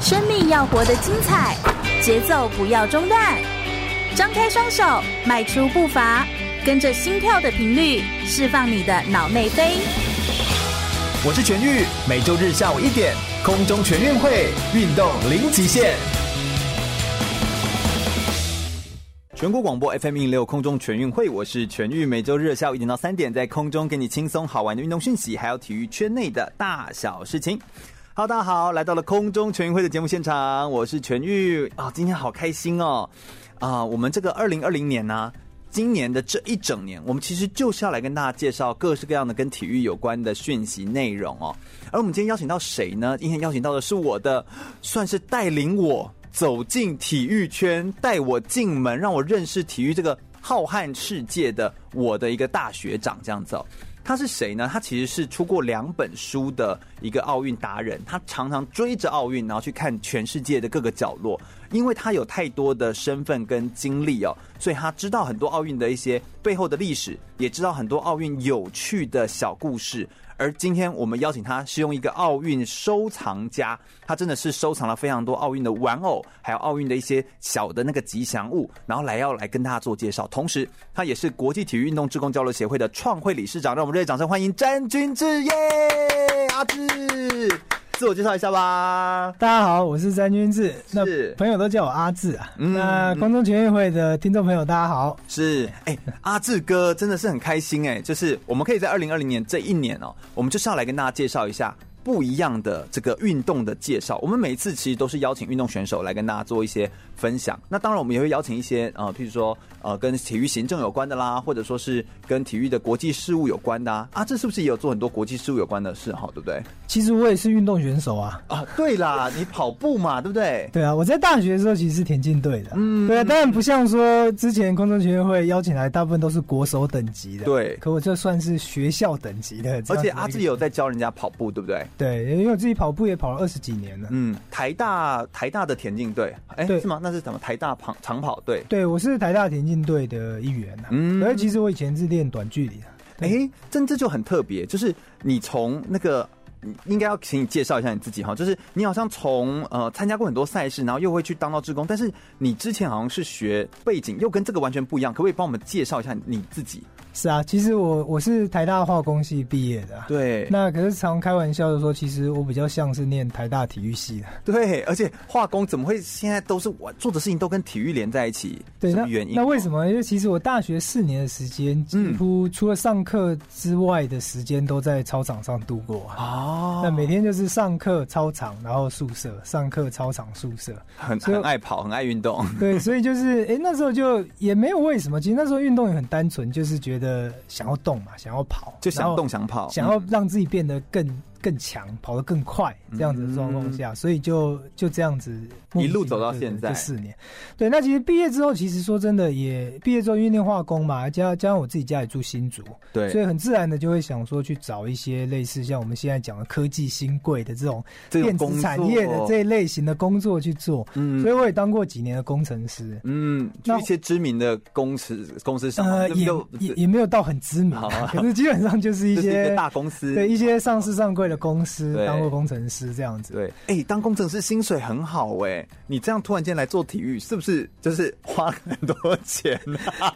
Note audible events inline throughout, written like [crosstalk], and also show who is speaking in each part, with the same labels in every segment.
Speaker 1: 生命要活得精彩，节奏不要中断。张开双手，迈出步伐，跟着心跳的频率，释放你的脑内啡。
Speaker 2: 我是全玉，每周日下午一点，空中全运会，运动零极限。全国广播 FM 一六空中全运会，我是全玉，每周日下午一点到三点，在空中给你轻松好玩的运动讯息，还有体育圈内的大小事情。Hello，大家好，来到了空中全运会的节目现场，我是全玉啊、今天好开心哦！啊、我们这个二零二零年呢、今年的这一整年，我们其实就是要来跟大家介绍各式各样的跟体育有关的讯息内容哦。而我们今天邀请到谁呢？今天邀请到的是我的，算是带领我走进体育圈，带我进门，让我认识体育这个浩瀚世界的我的一个大学长这样子哦。他是谁呢？他其实是出过两本书的一个奥运达人，他常常追着奥运，然后去看全世界的各个角落，因为他有太多的身份跟经历哦，所以他知道很多奥运的一些背后的历史，也知道很多奥运有趣的小故事。而今天我们邀请他是用一个奥运收藏家，他真的是收藏了非常多奥运的玩偶，还有奥运的一些小的那个吉祥物，然后来要来跟大家做介绍。同时，他也是国际体育运动志工交流协会的创会理事长，让我们热烈掌声欢迎詹君志耶，阿志，自我介绍一下吧。
Speaker 3: 大家好，我是詹君志，那
Speaker 2: 是
Speaker 3: 朋友都叫我阿志啊。
Speaker 2: 嗯
Speaker 3: 那空中全运会的听众朋友，大家好。
Speaker 2: 是，哎、阿志哥真的是很开心哎、就是我们可以在二零二零年这一年哦、我们就是要来跟大家介绍一下不一样的这个运动的介绍。我们每一次其实都是邀请运动选手来跟大家做一些分享，那当然我们也会邀请一些呃，譬如说呃跟体育行政有关的啦，或者说是跟体育的国际事务有关的啊。阿志是不是也有做很多国际事务有关的事哈？对不对？
Speaker 3: 其实我也是运动选手啊。
Speaker 2: 啊，对啦，你跑步嘛，对不对？
Speaker 3: 对啊，我在大学的时候其实是田径队的。嗯，对啊，当然不像说之前空中全运会邀请来，大部分都是国手等级的。
Speaker 2: 对
Speaker 3: 可我这算是学校等级的。这
Speaker 2: 而
Speaker 3: 样子
Speaker 2: 且
Speaker 3: 的一个
Speaker 2: 阿志也有在教人家跑步，对不对？
Speaker 3: 对，因为我自己跑步也跑了二十几年了。
Speaker 2: 嗯，台大台大的田径队，哎、
Speaker 3: 对
Speaker 2: 是吗？那是什么？台大长长跑队。
Speaker 3: 对，我是台大田径队的一员啊。
Speaker 2: 嗯
Speaker 3: 而其实我以前是练短距离的。
Speaker 2: 哎、这这就很特别，就是你从那个。嗯应该要请你介绍一下你自己哈，就是你好像从呃参加过很多赛事，然后又会去当到志工，但是你之前好像是学背景又跟这个完全不一样，可不可以帮我们介绍一下你自己？
Speaker 3: 是啊，其实我我是台大化工系毕业的啊。
Speaker 2: 对，
Speaker 3: 那可是常开玩笑的说，其实我比较像是念台大体育系的。
Speaker 2: 对，而且化工怎么会现在都是我做的事情都跟体育连在一起？
Speaker 3: 对，
Speaker 2: 什
Speaker 3: 那
Speaker 2: 么原因？
Speaker 3: 那为什么？因为其实我大学四年的时间，几乎除了上课之外的时间都在操场上度过啊。
Speaker 2: 哦，
Speaker 3: 那每天就是上课、操场，然后宿舍；上课、操场、宿舍。
Speaker 2: 很
Speaker 3: 所以
Speaker 2: 很爱跑，很爱运
Speaker 3: [laughs]
Speaker 2: 动，
Speaker 3: 对，所以就是，哎，那时候就也没有为什么。其实那时候运动也很单纯，就是觉得想要动嘛，想要跑，
Speaker 2: 就
Speaker 3: 然
Speaker 2: 想
Speaker 3: 后
Speaker 2: 动想跑，嗯
Speaker 3: 想要让自己变得更更强，跑得更快这样子的状况下，所以就就这样子
Speaker 2: 一路走到现在
Speaker 3: 这四年。对，那其实毕业之后，其实说真的也毕业之后，因为念化工嘛，加加上我自己家里住新竹，
Speaker 2: 对，
Speaker 3: 所以很自然的就会想说去找一些类似像我们现在讲的科技新贵的这种
Speaker 2: 这
Speaker 3: 电
Speaker 2: 种工作
Speaker 3: 子产业的这一类型的工作去做。
Speaker 2: 嗯
Speaker 3: 所以我也当过几年的工程师。
Speaker 2: 嗯，去
Speaker 3: 那
Speaker 2: 一些知名的公司公司上班，
Speaker 3: 呃，
Speaker 2: 那
Speaker 3: 也
Speaker 2: 就
Speaker 3: 也也没有到很知名
Speaker 2: 好
Speaker 3: 啊
Speaker 2: 啊，
Speaker 3: 可是基本上就是一
Speaker 2: 就是一
Speaker 3: 些
Speaker 2: 个大公司，哦
Speaker 3: 对一些上市上柜的公司
Speaker 2: 对
Speaker 3: 当过工程师这样子。
Speaker 2: 对，哎、当工程师薪水很好哎、你这样突然间来做体育，是不是就是花很多钱
Speaker 3: [laughs]
Speaker 2: 啊？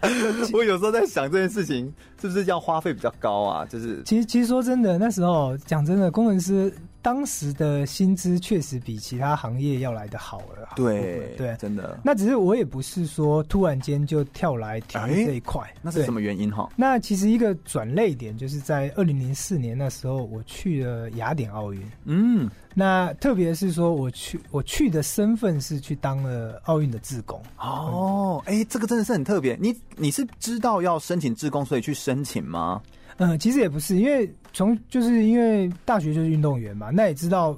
Speaker 2: 我有时候在想这件事情，是不是要花费比较高啊？就是
Speaker 3: 其实其实说真的，那时候讲真的，工程师当时的薪资确实比其他行业要来的好了。好部
Speaker 2: 对
Speaker 3: 分对。
Speaker 2: 真的，
Speaker 3: 那只是我也不是说突然间就跳来体
Speaker 2: 哎
Speaker 3: 育这一块，
Speaker 2: 那是
Speaker 3: 对
Speaker 2: 什？么原因哈？
Speaker 3: 那其实一个转类点就是在二零零四年那时候，我去了雅典奥运。
Speaker 2: 嗯，
Speaker 3: 那特别是说我去我去的身份是去当了奥运的志工。
Speaker 2: 哦，哎、这个真的是很特别。你你是知道要申请志工，所以去申请吗？
Speaker 3: 嗯，其实也不是，因为从就是因为大学就是运动员嘛，那也知道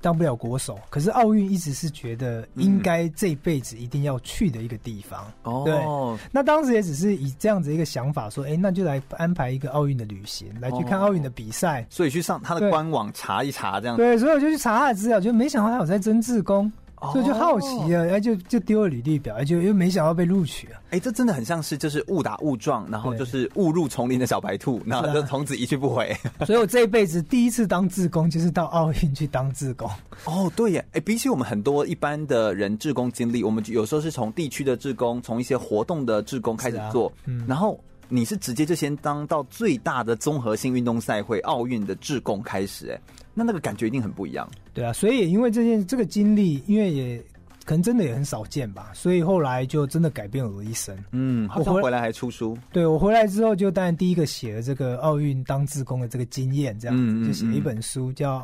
Speaker 3: 当不了国手，可是奥运一直是觉得应该这辈子一定要去的一个地方。
Speaker 2: 哦，
Speaker 3: 那当时也只是以这样子一个想法说，哎、那就来安排一个奥运的旅行，来去看奥运的比赛。
Speaker 2: 所以去上他的
Speaker 3: 对
Speaker 2: 官网查一查，这样子
Speaker 3: 对，所以我就去查他的资料，就没想到他有在争志工。所以就好奇啊，哎，就就丢了履历表，哎，就又没想到被录取啊。
Speaker 2: 哎，这真的很像是就是误打误撞，然后
Speaker 3: 对
Speaker 2: 就是误入丛林的小白兔，然后就从此一去不
Speaker 3: [laughs]
Speaker 2: 回。
Speaker 3: 所以我这一辈子第一次当志工，就是到奥运去当志工。
Speaker 2: 哦，对耶，哎，比起我们很多一般的人志工经历，我们有时候是从地区的志工，从一些活动的志工开始
Speaker 3: 是啊
Speaker 2: 做，
Speaker 3: 嗯
Speaker 2: 然后你是直接就先当到最大的综合性运动赛会奥运的志工开始，哎，那那个感觉一定很不一样。
Speaker 3: 对啊，所以也因为这件这个经历，因为也可能真的也很少见吧，所以后来就真的改变了我的一生。
Speaker 2: 嗯，好像
Speaker 3: 我回
Speaker 2: 回来还出书，
Speaker 3: 对我回来之后，就当然第一个写了这个奥运当志工的这个经验，这样
Speaker 2: 嗯嗯
Speaker 3: 子就写了一
Speaker 2: 嗯
Speaker 3: 本书叫《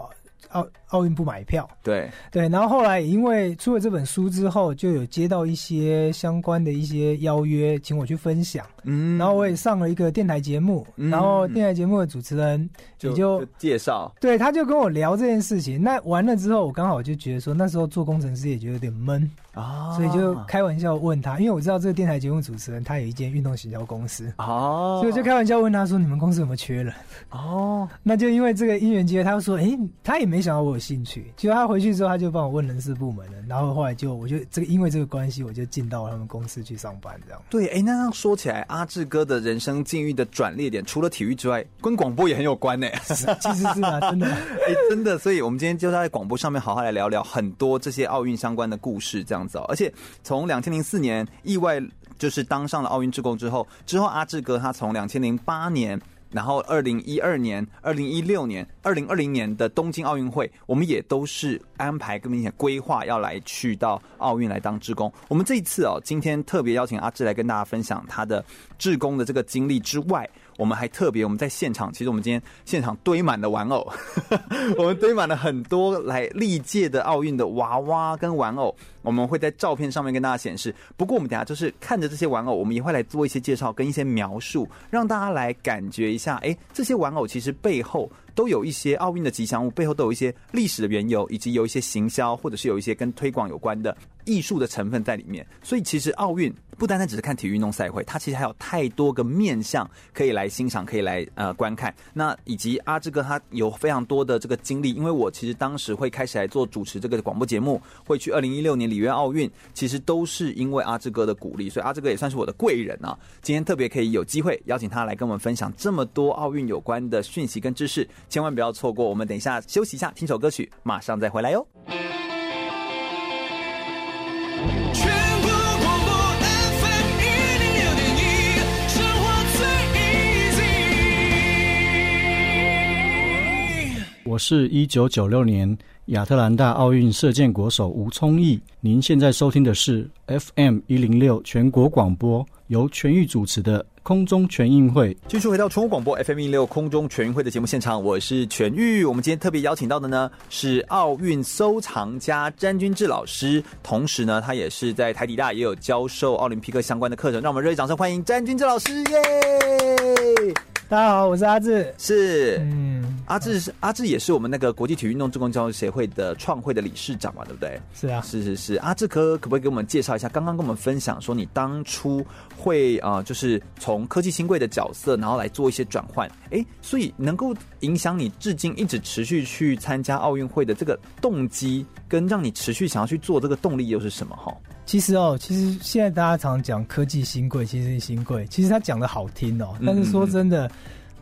Speaker 3: 奥奥运不买票》。
Speaker 2: 对，
Speaker 3: 对，然后后来也因为出了这本书之后，就有接到一些相关的一些邀约，请我去分享，
Speaker 2: 嗯
Speaker 3: 然后我也上了一个电台节目，
Speaker 2: 嗯
Speaker 3: 然后电台节目的主持人也
Speaker 2: 就
Speaker 3: 就
Speaker 2: 就介绍，
Speaker 3: 对，他就跟我聊这件事情。那完了之后，我刚好就觉得说，那时候做工程师也觉得有点闷，
Speaker 2: 啊
Speaker 3: 所以就开玩笑问他，因为我知道这个电台节目主持人他有一间运动行销公司，
Speaker 2: 哦，
Speaker 3: 所以我就开玩笑问他说，你们公司有没有缺人？
Speaker 2: 哦，
Speaker 3: 那就因为这个因缘机会，他就说，诶、他也没想到我有兴趣。结果他回去之后，他就帮我问人事部门了，然后后来就我就这个因为这个关系，我就进到他们公司去上班，这样。
Speaker 2: 对，哎，那样说起来，阿志哥的人生境遇的转捩点，除了体育之外，跟广播也很有关呢。
Speaker 3: 其实是啊，真的。
Speaker 2: [laughs] 哎，真的，所以我们今天就在广播上面好好来聊聊很多这些奥运相关的故事，这样子哦。而且从两千零四年意外就是当上了奥运志工之后，之后阿志哥他从两千零八年。然后，二零一二年、二零一六年、二零二零年的东京奥运会，我们也都是安排跟明显规划要来去到奥运来当志工。我们这一次哦，今天特别邀请阿志来跟大家分享他的志工的这个经历之外，我们还特别我们在现场，其实我们今天现场堆满了玩偶， [laughs] 我们堆满了很多来历届的奥运的娃娃跟玩偶，我们会在照片上面跟大家显示。不过我们等一下就是看着这些玩偶，我们也会来做一些介绍跟一些描述，让大家来感觉一下，哎，这些玩偶其实背后都有一些奥运的吉祥物，背后都有一些历史的缘由，以及有一些行销或者是有一些跟推广有关的艺术的成分在里面。所以其实奥运不单单只是看体育运动赛会，它其实还有太多个面向可以来欣赏，可以来呃观看。那以及阿志哥他有非常多的这个经历，因为我其实当时会开始来做主持这个广播节目，会去二零一六年里约奥运，其实都是因为阿志哥的鼓励，所以阿志哥也算是我的贵人啊。今天特别可以有机会邀请他来跟我们分享这么多奥运有关的讯息跟知识，千万不要错过。我们等一下休息一下，听首歌曲，马上再回来哟。
Speaker 4: 全国广播 FM 一零六点一，生活最 easy。
Speaker 5: 我是一九九六年亚特兰大奥运射箭国手吴聪义。您现在收听的是 FM 一零六全国广播，由全域主持的空中全运会。
Speaker 2: 继续回到全国广播 FM 一六空中全运会的节目现场，我是全玉。我们今天特别邀请到的呢是奥运收藏家詹君志老师，同时呢，他也是在台体大也有教授奥林匹克相关的课程。让我们热烈掌声欢迎詹君志老师，耶！
Speaker 3: 大家好，我是阿志。
Speaker 2: 是。
Speaker 3: 嗯，
Speaker 2: 阿志是阿志，也是我们那个国际体育运动职工交流协会的创会的理事长嘛，对不对？
Speaker 3: 是啊，
Speaker 2: 是是是，阿志科可不可以给我们介绍一下？刚刚跟我们分享说，你当初会啊、呃就是从科技新贵的角色，然后来做一些转换。诶，所以能够影响你至今一直持续去参加奥运会的这个动机，跟让你持续想要去做这个动力又是什么？哈，
Speaker 3: 其实哦，其实现在大家常讲科技新贵，其实新贵，其实他讲的好听哦，但
Speaker 2: 嗯
Speaker 3: 是说真的，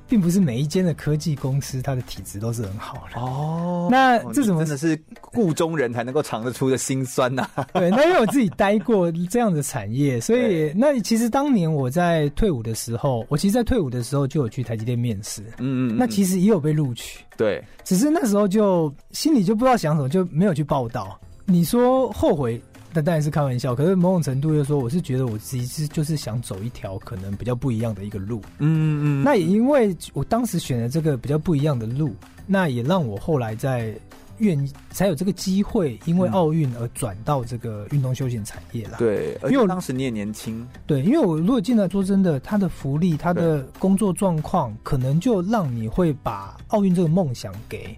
Speaker 3: 并不是每一间的科技公司它的体质都是很好的。
Speaker 2: 哦
Speaker 3: 那这怎么
Speaker 2: 真的是故中人才能够尝得出的辛酸呐、
Speaker 3: [laughs] 对， [laughs] 那因为我自己待过这样的产业，所以那其实当年我在退伍的时候，我其实，在退伍的时候就有去台积电面试，
Speaker 2: 嗯嗯，
Speaker 3: 那
Speaker 2: 实
Speaker 3: 其实也有被录取，
Speaker 2: 对，
Speaker 3: 只是那时候就心里就不知道想什么，就没有去报道。你说后悔，那当然是开玩笑，可是某种程度又说，我是觉得我自己是就是想走一条可能比较不一样的一个路。
Speaker 2: 嗯嗯，
Speaker 3: 那也因为我当时选了这个比较不一样的路，那也让我后来在愿意才有这个机会，因为
Speaker 2: 嗯
Speaker 3: 奥运而转到这个运动休闲产业啦。
Speaker 2: 对，而
Speaker 3: 因为
Speaker 2: 且
Speaker 3: 我
Speaker 2: 当时你也年轻，
Speaker 3: 对，因为我如果进来，说真的，他的福利、他的工作状况，可能就让你会把奥运这个梦想给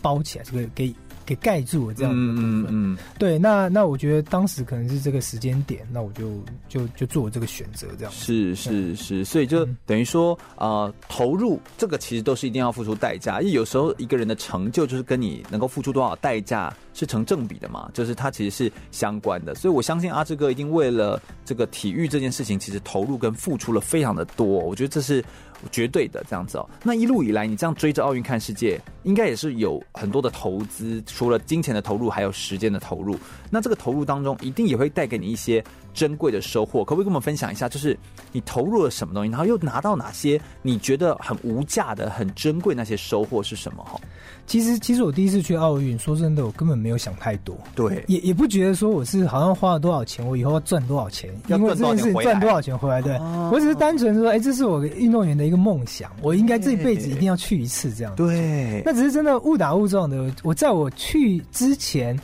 Speaker 3: 包起来，这个给给盖住了这样的部
Speaker 2: 嗯
Speaker 3: 分。
Speaker 2: 嗯
Speaker 3: 对，那那我觉得当时可能是这个时间点，那我就就就做这个选择这样子。
Speaker 2: 是是是，所以就
Speaker 3: 嗯
Speaker 2: 等于说，呃，投入这个其实都是一定要付出代价，因为有时候一个人的成就就是跟你能够付出多少代价是成正比的嘛，就是它其实是相关的。所以我相信阿志哥一定为了这个体育这件事情，其实投入跟付出了非常的多，我觉得这是绝对的这样子哦。那一路以来，你这样追着奥运看世界，应该也是有很多的投资，除了金钱的投入，还有时间的投入。那这个投入当中，一定也会带给你一些珍贵的收获。可不可以跟我们分享一下，就是你投入了什么东西，然后又拿到哪些你觉得很无价的、很珍贵那些收获是什么？哈，
Speaker 3: 其实其实我第一次去奥运，说真的，我根本没有想太多，
Speaker 2: 对，
Speaker 3: 也也不觉得说我是好像花了多少钱，我以后要赚多少钱，
Speaker 2: 要
Speaker 3: 因为
Speaker 2: 赚
Speaker 3: 这
Speaker 2: 多少
Speaker 3: 件
Speaker 2: 钱
Speaker 3: 事情
Speaker 2: 回来
Speaker 3: 赚多少钱回来。对，
Speaker 2: 哦
Speaker 3: 我只是单纯说，哎，这是我运动员的一个梦想，我应该这辈子一定要去一次这样。
Speaker 2: 对，
Speaker 3: 那只是真的误打误撞的，我在我去之前，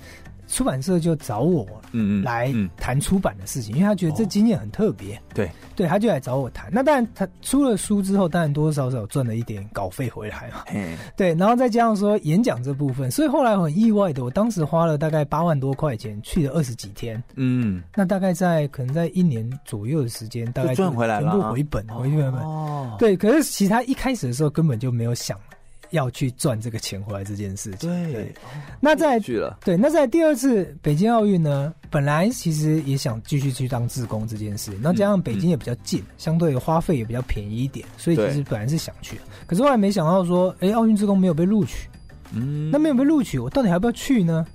Speaker 3: 出版社就找我
Speaker 2: 嗯
Speaker 3: 来
Speaker 2: 嗯，哦
Speaker 3: 谈出版的事情，因为他觉得这经验很特别。
Speaker 2: 对，
Speaker 3: 对，他就来找我谈。那当然，他出了书之后，当然多多少少赚了一点稿费回来嘛。 [laughs]
Speaker 2: 嘿，
Speaker 3: 对，然后再加上说演讲这部分，所以后来我很意外的，我当时花了大概八万多块钱去了二十几天，
Speaker 2: 嗯，
Speaker 3: 那大概在可能在一年左右的时间，大概
Speaker 2: 就赚回来了啊
Speaker 3: 全部回本，回本。
Speaker 2: 哦，
Speaker 3: 对，可是其实他一开始的时候根本就没有想要去赚这个钱回来这件事情。
Speaker 2: 对，
Speaker 3: 那在
Speaker 2: 去了，
Speaker 3: 对，那在第二次北京奥运呢，本来其实也想继续去当志工这件事，
Speaker 2: 嗯
Speaker 3: 那加上北京也比较近，相对的花费也比较便宜一点，所以其实
Speaker 2: 对
Speaker 3: 本来是想去，可是后来没想到说，哎、奥运志工没有被录取，
Speaker 2: 嗯
Speaker 3: 那没有被录取，我到底还要不要去呢？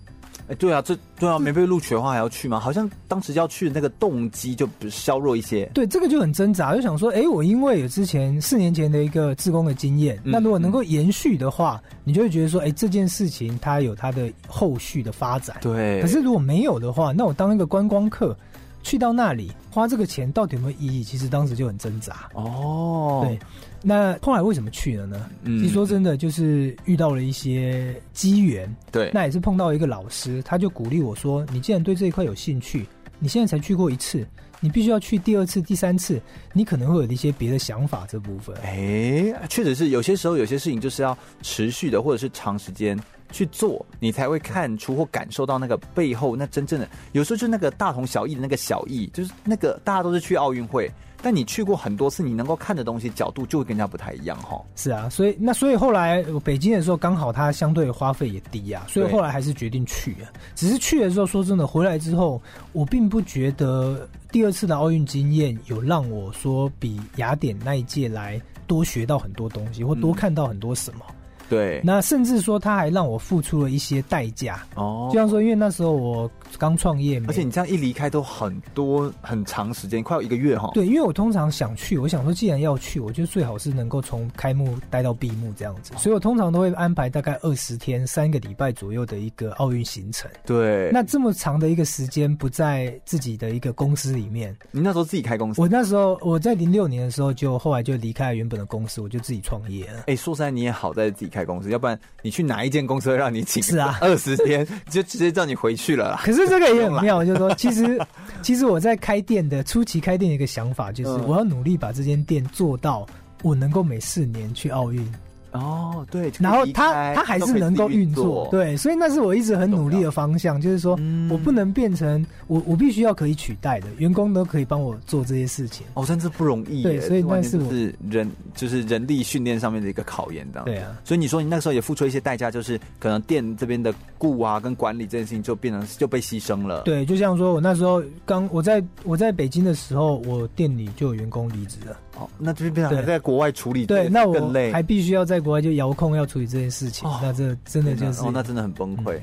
Speaker 2: 哎，对啊，这对啊，没被录取的话还要去吗？好像当时要去的那个动机就比削弱一些，
Speaker 3: 对，这个就很挣扎，就想说，哎、我因为有之前四年前的一个志工的经验，
Speaker 2: 嗯
Speaker 3: 那如果能够延续的话，你就会觉得说，哎、这件事情它有它的后续的发展。
Speaker 2: 对，
Speaker 3: 可是如果没有的话，那我当一个观光客去到那里花这个钱到底有没有意义？其实当时就很挣扎。
Speaker 2: 哦，
Speaker 3: 对，那后来为什么去了呢？
Speaker 2: 嗯
Speaker 3: 其实说真的，就是遇到了一些机缘，
Speaker 2: 对，
Speaker 3: 那也是碰到一个老师，他就鼓励我说：“你既然对这一块有兴趣，你现在才去过一次，你必须要去第二次、第三次，你可能会有一些别的想法这部分。”
Speaker 2: 哎，确实是有些时候有些事情就是要持续的，或者是长时间去做，你才会看出或感受到那个背后那真正的。有时候就那个大同小异的那个小异，就是那个大家都是去奥运会，但你去过很多次，你能够看的东西角度就会跟人家不太一样哈、
Speaker 3: 是啊，所以那所以后来我北京的时候，刚好它相对的花费也低啊，所以
Speaker 2: 对
Speaker 3: 后来还是决定去啊。只是去的时候，说真的，回来之后，我并不觉得第二次的奥运经验有让我说比雅典那一届来多学到很多东西，或多看到很多什么。
Speaker 2: 嗯对，
Speaker 3: 那甚至说，它还让我付出了一些代价。
Speaker 2: 哦
Speaker 3: 就，像说，因为那时候我刚创业没，
Speaker 2: 而且你这样一离开都很多很长时间，快有一个月哈、
Speaker 3: 对，因为我通常想去，我想说，既然要去，我就最好是能够从开幕待到闭幕这样子，所以我通常都会安排大概二十天、三个礼拜左右的一个奥运行程。
Speaker 2: 对，
Speaker 3: 那这么长的一个时间不在自己的一个公司里面，
Speaker 2: 你那时候自己开公司，
Speaker 3: 我那时候我在零六年的时候就后来就离开了原本的公司，我就自己创业了。
Speaker 2: 哎、说实在，你也好在自己开公司，要不然你去哪一间公司会让你请
Speaker 3: 是啊
Speaker 2: [laughs] 二十天，就直接叫你回去了啦。
Speaker 3: 可是这个也很妙，就是说，其实其实我在开店的初期开店的一个想法，就是
Speaker 2: 嗯
Speaker 3: 我要努力把这间店做到我能够每四年去奥运，
Speaker 2: 哦，对，
Speaker 3: 然后
Speaker 2: 可以离
Speaker 3: 它
Speaker 2: 开
Speaker 3: 它还
Speaker 2: 都
Speaker 3: 是
Speaker 2: 可以
Speaker 3: 能够
Speaker 2: 自己
Speaker 3: 运作，，对，所以那是我一直很努力的方向，就是说
Speaker 2: 嗯
Speaker 3: 我不能变成我我必须要可以取代的，员工都可以帮我做这些事情。
Speaker 2: 哦，真是不容易耶，
Speaker 3: 对所以
Speaker 2: 这完
Speaker 3: 那
Speaker 2: 全
Speaker 3: 是
Speaker 2: 就
Speaker 3: 我
Speaker 2: 是人就是人力训练上面的一个考验，这样。
Speaker 3: 对啊，
Speaker 2: 所以你说你那个时候也付出一些代价，就是可能店这边的雇啊跟管理这件事情就变成就被牺牲了。，
Speaker 3: 对，就像说我那时候刚我在我在北京的时候，我店里就有员工离职了，
Speaker 2: 哦，那就变成
Speaker 3: 对
Speaker 2: 还在国外处理，
Speaker 3: 对，那我
Speaker 2: 更累。
Speaker 3: 还必须要在国外就遥控要处理这件事情
Speaker 2: 哦，
Speaker 3: 那这真的就是嗯
Speaker 2: 哦，那真的很崩溃。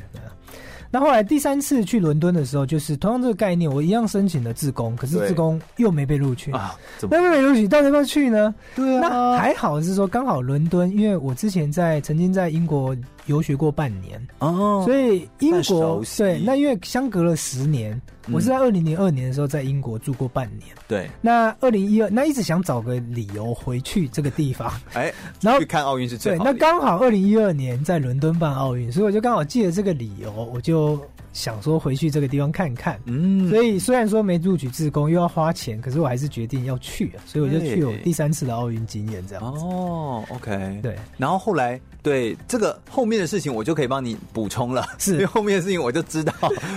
Speaker 3: 那后来第三次去伦敦的时候，就是同样这个概念，我一样申请了自工，可是
Speaker 2: 对
Speaker 3: 自工又没被录取。
Speaker 2: 啊，怎么？
Speaker 3: 那没被录取，到底要不要去呢？
Speaker 2: 对啊
Speaker 3: 那还好是说刚好伦敦，因为我之前在曾经在英国游学过半年，
Speaker 2: 哦，
Speaker 3: 所以英
Speaker 2: 算熟
Speaker 3: 国
Speaker 2: 悉
Speaker 3: 对那因为相隔了十年，
Speaker 2: 嗯
Speaker 3: 我是在二零零二年的时候在英国住过半年。
Speaker 2: 对，
Speaker 3: 那二零一二，那一直想找个理由回去这个地方，
Speaker 2: 哎，
Speaker 3: 然后
Speaker 2: 去看奥运是 [laughs] 最
Speaker 3: 对，
Speaker 2: 好的
Speaker 3: 那刚好二零一二年在伦敦办奥运，所以我就刚好借着这个理由，我就想说回去这个地方看看。
Speaker 2: 嗯，
Speaker 3: 所以虽然说没录取志工又要花钱，可是我还是决定要去啊，所以我就去我
Speaker 2: 对
Speaker 3: 第三次的奥运经验这样子。
Speaker 2: 哦，OK，。
Speaker 3: 对，
Speaker 2: 然后后来，对这个后面的事情，我就可以帮你补充了。
Speaker 3: 是
Speaker 2: 因为后面的事情我就知道，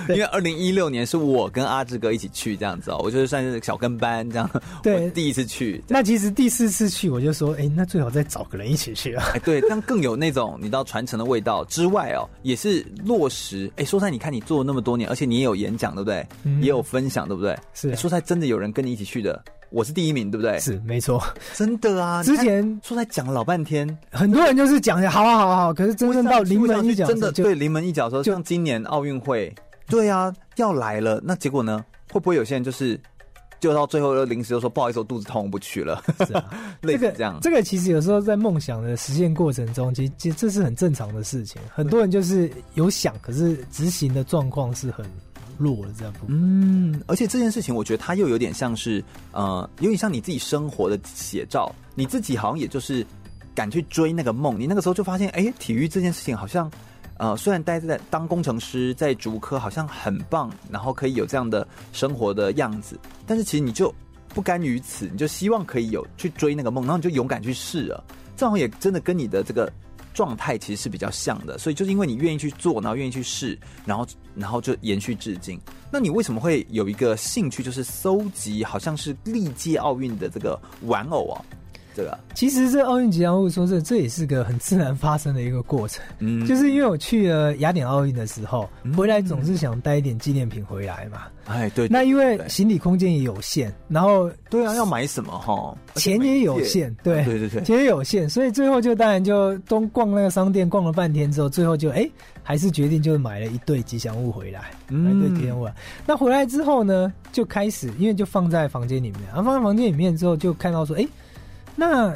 Speaker 2: 因
Speaker 3: [laughs] 对
Speaker 2: 为二零一六年是我跟阿志哥一起去这样子哦，我就是算是小跟班这样。
Speaker 3: 对
Speaker 2: 我第一次去，
Speaker 3: 那其实第四次去我就说，哎、那最好再找个人一起去啊。
Speaker 2: 哎，对，但更有那种你知道传承的味道之外哦，也是落实。哎，说实在，你看你做了那么多年，而且你也有演讲，对不对？
Speaker 3: 嗯
Speaker 2: 也有分享，对不对？
Speaker 3: 是啊
Speaker 2: 哎说实在，真的有人跟你一起去的，我是第一名，对不对？
Speaker 3: 是没错，
Speaker 2: 真的啊。
Speaker 3: 之
Speaker 2: 你看
Speaker 3: 前
Speaker 2: 说实在讲了老半天，
Speaker 3: 很多人就是讲好啊好啊好，可是真正到临门一脚
Speaker 2: 真的
Speaker 3: 就
Speaker 2: 对临门一脚说，
Speaker 3: 就
Speaker 2: 像今年奥运会，对啊，要来了，那结果呢？会不会有些人就是就到最后又临时就说不好意思，我肚子痛，我不去了， [laughs]
Speaker 3: 是啊。
Speaker 2: 类
Speaker 3: 个
Speaker 2: 似这样。
Speaker 3: 这个其实有时候在梦想的实现过程中，其实其实这是很正常的事情。很多人就是有想，可是执行的状况是很弱的这部分。
Speaker 2: 嗯，而且这件事情，我觉得它又有点像是，呃，有点像你自己生活的写照。你自己好像也就是敢去追那个梦，你那个时候就发现，哎，体育这件事情好像，呃，虽然待在当工程师在竹科好像很棒，然后可以有这样的生活的样子，但是其实你就不甘于此，你就希望可以有去追那个梦，然后你就勇敢去试了。这好像也真的跟你的这个状态其实是比较像的，所以就是因为你愿意去做，然后愿意去试，然后然后就延续至今。那你为什么会有一个兴趣，就是搜集好像是历届奥运的这个玩偶啊？这个，
Speaker 3: 其实这奥运吉祥物说这这也是个很自然发生的一个过程，
Speaker 2: 嗯
Speaker 3: 就是因为我去了雅典奥运的时候，回来总是想带一点纪念品回来嘛。
Speaker 2: 哎，对，
Speaker 3: 那因为
Speaker 2: 对
Speaker 3: 行李空间也有限，然后
Speaker 2: 对啊，要买什么哈？哦
Speaker 3: 钱也有限，对
Speaker 2: 对对对
Speaker 3: 钱也有限，所以最后就当然就东逛那个商店逛了半天之后，最后就哎、还是决定就买了一对吉祥物回来，
Speaker 2: 嗯
Speaker 3: 买一对吉祥物回来。那回来之后呢，就开始因为就放在房间里面，然后放在房间里面之后就看到说，哎、那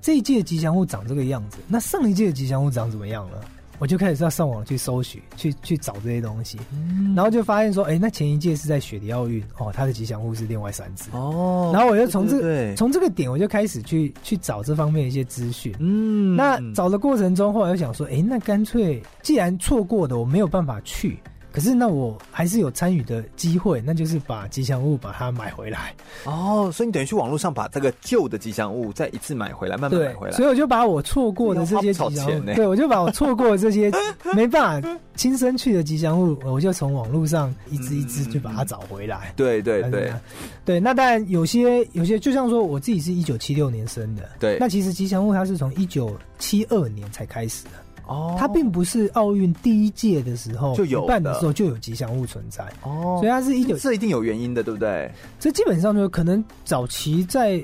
Speaker 3: 这一届吉祥物长这个样子，那上一届吉祥物长怎么样了？我就开始要上网去搜寻，去去找这些东西，
Speaker 2: 嗯
Speaker 3: 然后就发现说，哎、那前一届是在雪梨奥运哦，它的吉祥物是另外三只，
Speaker 2: 哦
Speaker 3: 然后我就从
Speaker 2: 对对
Speaker 3: 这
Speaker 2: 对
Speaker 3: 从这个点，我就开始去去找这方面的一些资讯。
Speaker 2: 嗯
Speaker 3: 那找的过程中，后来又想说，诶，那干脆既然错过的我没有办法去，可是那我还是有参与的机会，那就是把吉祥物把它买回来。
Speaker 2: 哦，所以你等于去网络上把这个旧的吉祥物再一次买回来，慢慢买
Speaker 3: 对
Speaker 2: 回，来
Speaker 3: 所。以我就把我错过的这些吉
Speaker 2: 要花
Speaker 3: 祥
Speaker 2: 不少
Speaker 3: 物
Speaker 2: 钱，呢
Speaker 3: 对我就把我错过的
Speaker 2: [laughs]
Speaker 3: 这些没办法亲身去的吉祥物，我就从网络上一只一只就把它找回来。
Speaker 2: 对对
Speaker 3: 还是怎
Speaker 2: 对
Speaker 3: 样，对，那当然有些有些，就像说我自己是一九七六年生的，
Speaker 2: 对
Speaker 3: 那其实吉祥物它是从一九七二年才开始的，
Speaker 2: 哦
Speaker 3: 它并不是奥运第一届的时候
Speaker 2: 就有的
Speaker 3: 办的时候就有吉祥物存在，
Speaker 2: 哦
Speaker 3: 所以它是一九，
Speaker 2: 这一定有原因的，对不对？
Speaker 3: 这基本上就可能早期在。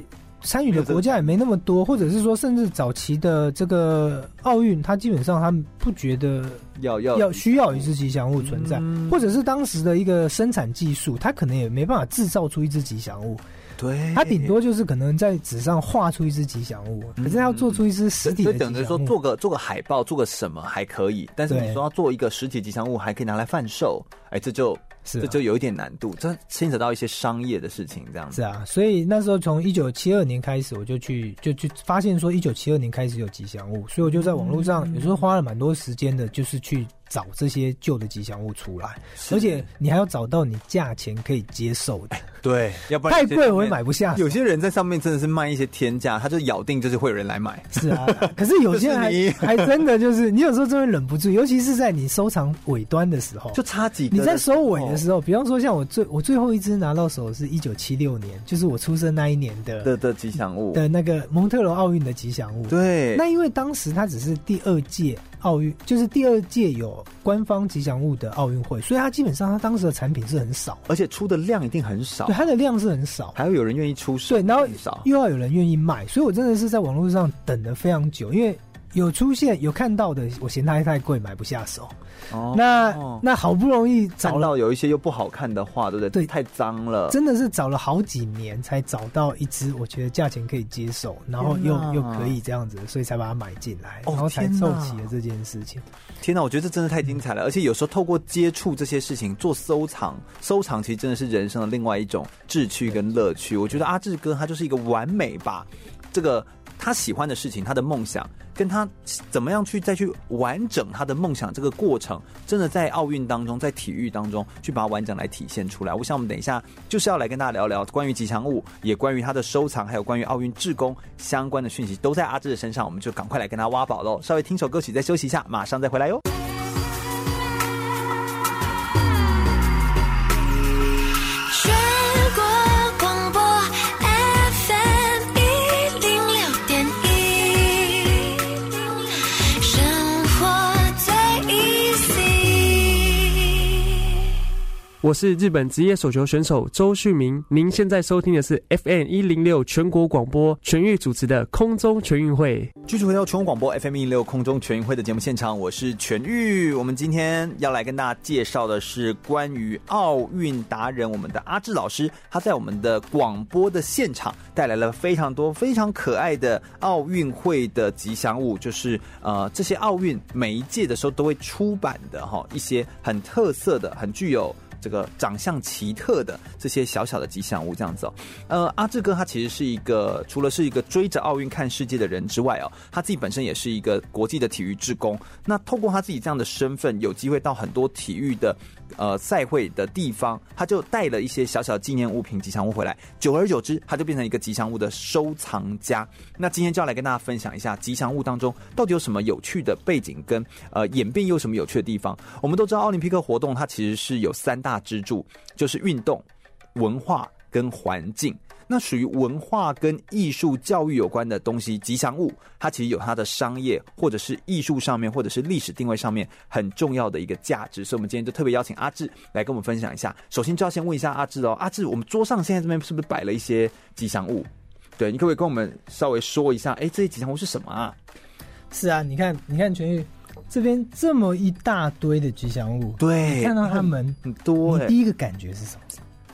Speaker 3: 参与的国家也没那么多，或者是说，甚至早期的这个奥运，它基本上他们不觉得
Speaker 2: 要要
Speaker 3: 要需要一只吉祥物存在，
Speaker 2: 嗯
Speaker 3: 或者是当时的一个生产技术，它可能也没办法制造出一只吉祥物，
Speaker 2: 对，
Speaker 3: [laughs] 它顶多就是可能在纸上画出一只吉祥物，
Speaker 2: 嗯
Speaker 3: 可是它要做出一只实体
Speaker 2: 所
Speaker 3: 的
Speaker 2: 以
Speaker 3: 吉
Speaker 2: 等于
Speaker 3: 祥
Speaker 2: 说
Speaker 3: 物。
Speaker 2: 做个做个海报，做个什么还可以，但是
Speaker 3: 对
Speaker 2: 你说要做一个实体吉祥物，还可以拿来贩售，哎，这就是
Speaker 3: 啊
Speaker 2: 这就有一点难度，这牵扯到一些商业的事情，这样
Speaker 3: 是
Speaker 2: 子。
Speaker 3: 啊，所以那时候从一九七二年开始，我就去就去发现说一九七二年开始有吉祥物，所以我就在网络上
Speaker 2: 嗯
Speaker 3: 有时候花了蛮多时间的，就是去找这些旧的吉祥物出来，
Speaker 2: 是
Speaker 3: 而且你还要找到你价钱可以接受的，
Speaker 2: 对，要不然
Speaker 3: 太
Speaker 2: 有些
Speaker 3: 贵
Speaker 2: 上
Speaker 3: 我也
Speaker 2: 面
Speaker 3: 买不下手。
Speaker 2: 有些人在上面真的是卖一些天价，他就咬定就是会有人来买。
Speaker 3: 是啊，可是有些人还
Speaker 2: 就是你
Speaker 3: 还真的就是，你有时候真的忍不住，尤其是在你收藏尾端的时候，
Speaker 2: 就差几个
Speaker 3: 你
Speaker 2: 的哦
Speaker 3: 在收尾的
Speaker 2: 时
Speaker 3: 时候，比方说像我最我最后一只拿到手是一九七六年，就是我出生那一年的
Speaker 2: 候的的吉祥物，
Speaker 3: 的那个蒙特罗奥运的吉祥物。
Speaker 2: 对，
Speaker 3: 那因为当时它只是第二届奥运，就是第二届有官方吉祥物的奥运会，所以它基本上它当时的产品是很少，
Speaker 2: 而且出的量一定很少
Speaker 3: 对，它的量是很少。
Speaker 2: 哦还会有人愿意出手，
Speaker 3: 对，然后
Speaker 2: 更少
Speaker 3: 又要有人愿意卖，所以我真的是在网络上等了非常久，因为有出现有看到的，我嫌它太贵，买不下手。
Speaker 2: 哦
Speaker 3: 那、
Speaker 2: 哦
Speaker 3: 那好不容易找
Speaker 2: 看
Speaker 3: 了，
Speaker 2: 到有一些又不好看的话，对不对？
Speaker 3: 对
Speaker 2: 太脏了，
Speaker 3: 真的是找了好几年才找到一只，我觉得价钱可以接受，然后又
Speaker 2: 天哪
Speaker 3: 又可以这样子，所以才把它买进来，
Speaker 2: 哦
Speaker 3: 然后才
Speaker 2: 天
Speaker 3: 凑
Speaker 2: 哪
Speaker 3: 齐了这件事情。
Speaker 2: 天哪，我觉得这真的太精彩了！而且有时候透过接触这些事情做收藏，收藏其实真的是人生的另外一种志趣跟乐趣。我觉得阿志哥他就是一个完美把这个。他喜欢的事情，他的梦想，跟他怎么样去再去完整他的梦想这个过程，真的在奥运当中，在体育当中去把它完整来体现出来。我想我们等一下就是要来跟大家聊聊关于吉祥物，也关于他的收藏，还有关于奥运志工相关的讯息，都在阿志的身上，我们就赶快来跟他挖宝喽。稍微听首歌曲，再休息一下，马上再回来哟。
Speaker 6: 全国广播 FM 一零六点一，生活最 easy。
Speaker 7: 我是日本职业手球选手周旭明。您现在收听的是 FM 一零六全国广播全域主持的空中全运会。
Speaker 2: 继续回到全国广播 FM 一六空中全运会的节目现场，我是全玉。我们今天要来跟大家介绍的是关于奥运达人，我们的阿志老师，他在我们的广播的现场带来了非常多非常可爱的奥运会的吉祥物，就是呃这些奥运每一届的时候都会出版的哈一些很特色的、很具有这个长相奇特的这些小小的吉祥物这样子哦。呃，阿志哥他其实是一个除了是一个追着奥运看世界的人之外哦，他自己本身也是一个国际的体育志工。那透过他自己这样的身份，有机会到很多体育的呃赛会的地方，他就带了一些小小纪念物品、吉祥物回来。久而久之，他就变成一个吉祥物的收藏家。那今天就要来跟大家分享一下吉祥物当中到底有什么有趣的背景跟呃演变，又有什么有趣的地方。我们都知道奥林匹克活动它其实是有三大支柱，就是运动、文化跟环境。那属于文化跟艺术教育有关的东西，吉祥物，它其实有它的商业或者是艺术上面，或者是历史定位上面很重要的一个价值。所以，我们今天就特别邀请阿志来跟我们分享一下。首先就要先问一下阿志哦，阿志，我们桌上现在这边是不是摆了一些吉祥物？对，你可不可以跟我们稍微说一下？哎，这些吉祥物是什么啊？
Speaker 3: 是啊，你看，你看全玉这边这么一大堆的吉祥物，
Speaker 2: 对，
Speaker 3: 你看到他们，
Speaker 2: 很多、
Speaker 3: 你
Speaker 2: 哎
Speaker 3: 第一个感觉是什么？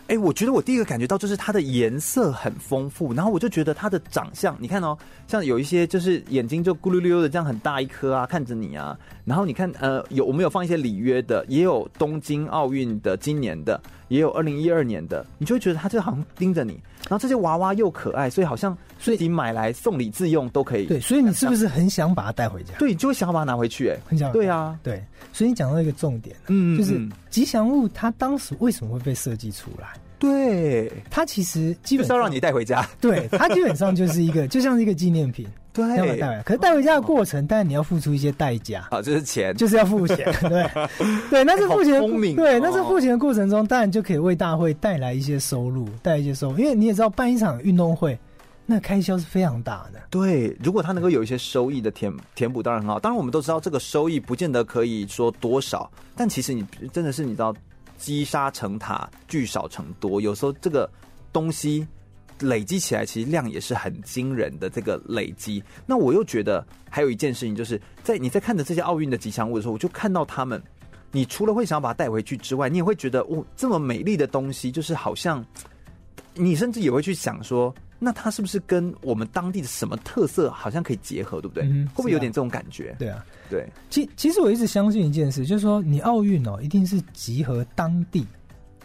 Speaker 2: 哎、我觉得我第一个感觉到就是它的颜色很丰富，然后我就觉得它的长相，你看哦，像有一些就是眼睛就咕噜溜的这样很大一颗啊，看着你啊，然后你看呃，有我们有放一些里约的，也有东京奥运的今年的，也有二零一二年的，你就会觉得它就好像盯着你，然后这些娃娃又可爱，所以好像自
Speaker 3: 所以
Speaker 2: 己买来送礼自用都可以，
Speaker 3: 对，所以你是不是很想把它带回家？
Speaker 2: 对，你就会想要把它拿回去、哎，
Speaker 3: 很想
Speaker 2: 对啊，
Speaker 3: 对，所以你讲到一个重点，啊
Speaker 2: 嗯，
Speaker 3: 嗯就是
Speaker 2: 嗯
Speaker 3: 吉祥物它当时为什么会被设计出来？
Speaker 2: 对，
Speaker 3: 它其实基
Speaker 2: 就
Speaker 3: 本
Speaker 2: 是要
Speaker 3: 上
Speaker 2: 让你带回家，
Speaker 3: 对它基本上就是一个，就像是一个纪念品，
Speaker 2: 对
Speaker 3: 要把它带回来。可是带回家的过程，当然你要付出一些代价，
Speaker 2: [laughs] 好，这是钱，
Speaker 3: 就是要
Speaker 2: [laughs]
Speaker 3: 付钱，对对。那这付钱
Speaker 2: 好聪明
Speaker 3: 的，对，那
Speaker 2: 哦
Speaker 3: 这付钱的过程中，当然就可以为大会带来一些收入，带来一些收入。因为你也知道，办一场运动会，那开销是非常大的。
Speaker 2: 对，如果他能够有一些收益的填填补，当然很好。当然，我们都知道这个收益不见得可以说多少，但其实你真的是你知道，积沙成塔，聚少成多。有时候这个东西累积起来，其实量也是很惊人的。这个累积，那我又觉得还有一件事情，就是在你在看着这些奥运的吉祥物的时候，我就看到他们，你除了会想要把它带回去之外，你也会觉得哦，这么美丽的东西，就是好像。你甚至也会去想说，那它是不是跟我们当地的什么特色好像可以结合，对不对？
Speaker 3: 嗯
Speaker 2: 会不会有点这种感觉？
Speaker 3: 对啊，
Speaker 2: 对，
Speaker 3: 其其实我一直相信一件事，就是说你奥运哦，一定是集合当地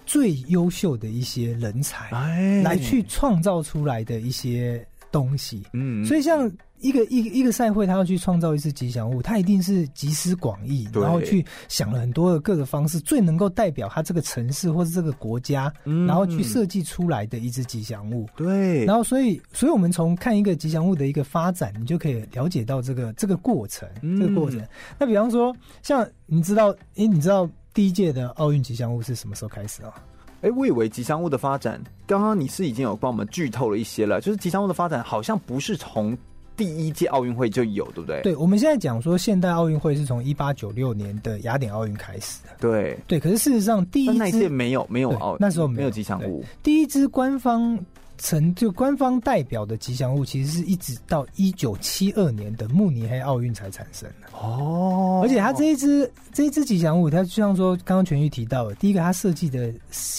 Speaker 3: 最优秀的一些人才，
Speaker 2: 哎
Speaker 3: 来去，创造出来的一些东西。
Speaker 2: 嗯
Speaker 3: 所
Speaker 2: 以
Speaker 3: 以，像一个一个一个赛会，他要去创造一次吉祥物，他一定是集思广益，
Speaker 2: 对
Speaker 3: 然后去想了很多的各个方式，最能够代表他这个城市或是这个国家，
Speaker 2: 嗯
Speaker 3: 然后去设计出来的一只吉祥物。
Speaker 2: 对，
Speaker 3: 然后，所以，所以我们从看一个吉祥物的一个发展，你就可以了解到这个这个过程，
Speaker 2: 嗯
Speaker 3: 这个过程。那比方说，像你知道，诶，你知道第一届的奥运吉祥物是什么时候开始啊？
Speaker 2: 哎，我以为吉祥物的发展，刚刚你是已经有帮我们剧透了一些了，就是吉祥物的发展好像不是从第一届奥运会就有，对不对？
Speaker 3: 对，我们现在讲说，现代奥运会是从一八九六年的雅典奥运开始的。
Speaker 2: 对，
Speaker 3: 对，可是事实上，第
Speaker 2: 但
Speaker 3: 一
Speaker 2: 那一届
Speaker 3: 支
Speaker 2: 没有没有
Speaker 3: 对哦
Speaker 2: 奥，
Speaker 3: 那时候没
Speaker 2: 没有
Speaker 3: 有
Speaker 2: 吉祥物，
Speaker 3: 第一支官方成就官方代表的吉祥物，其实是一直到一九七二年的慕尼黑奥运才产生的。
Speaker 2: 哦
Speaker 3: 而且它这一支这一支吉祥物，它就像说刚刚全玉提到的，第一个它设计的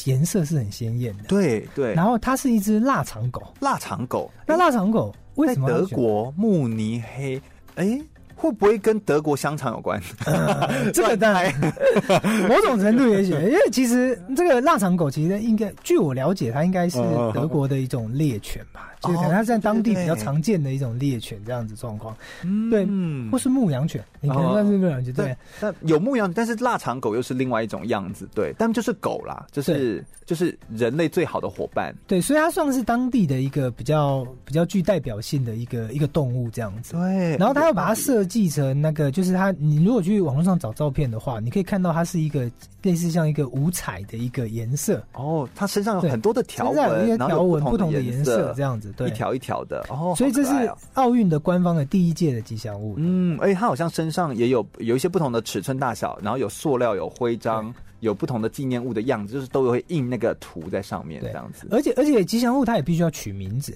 Speaker 3: 颜色是很鲜艳的，
Speaker 2: 对对，
Speaker 3: 然后它是一只腊肠狗。
Speaker 2: 腊肠狗，哎
Speaker 3: 那腊肠狗为
Speaker 2: 在
Speaker 3: 什么要
Speaker 2: 哎德
Speaker 3: 选
Speaker 2: 国慕尼黑，哎，会不会跟德国香肠有关？
Speaker 3: 这个
Speaker 2: [laughs]
Speaker 3: 当然，某种程度也许，因为其
Speaker 2: 嗯
Speaker 3: 实这个腊肠狗其实应该，据我了解，它应该是德国的一种猎犬吧，就是可能它在当地
Speaker 2: 哦对对
Speaker 3: 比较常见的一种猎犬这样子状况，
Speaker 2: 嗯哦
Speaker 3: 对或是牧羊犬，你可能算是牧羊犬，对
Speaker 2: 对，但有牧羊，但是腊肠狗又是另外一种样子，对，但就是狗啦，就是就是人类最好的伙伴，
Speaker 3: 对，所以它算是当地的一个比较比较具代表性的一个一个动物这样子。
Speaker 2: 对
Speaker 3: 然后它又把它设计成那个，就是它，你如果去网络上找照片的话，你可以看到它是一个类似像一个五彩的一个颜色，
Speaker 2: 哦，它身上有
Speaker 3: 对
Speaker 2: 很多的条
Speaker 3: 身上有一
Speaker 2: 纹，
Speaker 3: 些
Speaker 2: 然后
Speaker 3: 条纹
Speaker 2: 有
Speaker 3: 不
Speaker 2: 不
Speaker 3: 同的
Speaker 2: 的
Speaker 3: 颜
Speaker 2: 色
Speaker 3: 色这样子，对
Speaker 2: 一。条一条的哦，
Speaker 3: 所以这
Speaker 2: 好可爱
Speaker 3: 是
Speaker 2: 哦
Speaker 3: 奥运的官方的第一届的吉祥物。
Speaker 2: 嗯，而且它好像身上也有有一些不同的尺寸大小，然后有塑料、有徽章、有不同的纪念物的样子，就是都会印那个图在上面
Speaker 3: 对
Speaker 2: 这样子。
Speaker 3: 而且而且吉祥物它也必须要取名字。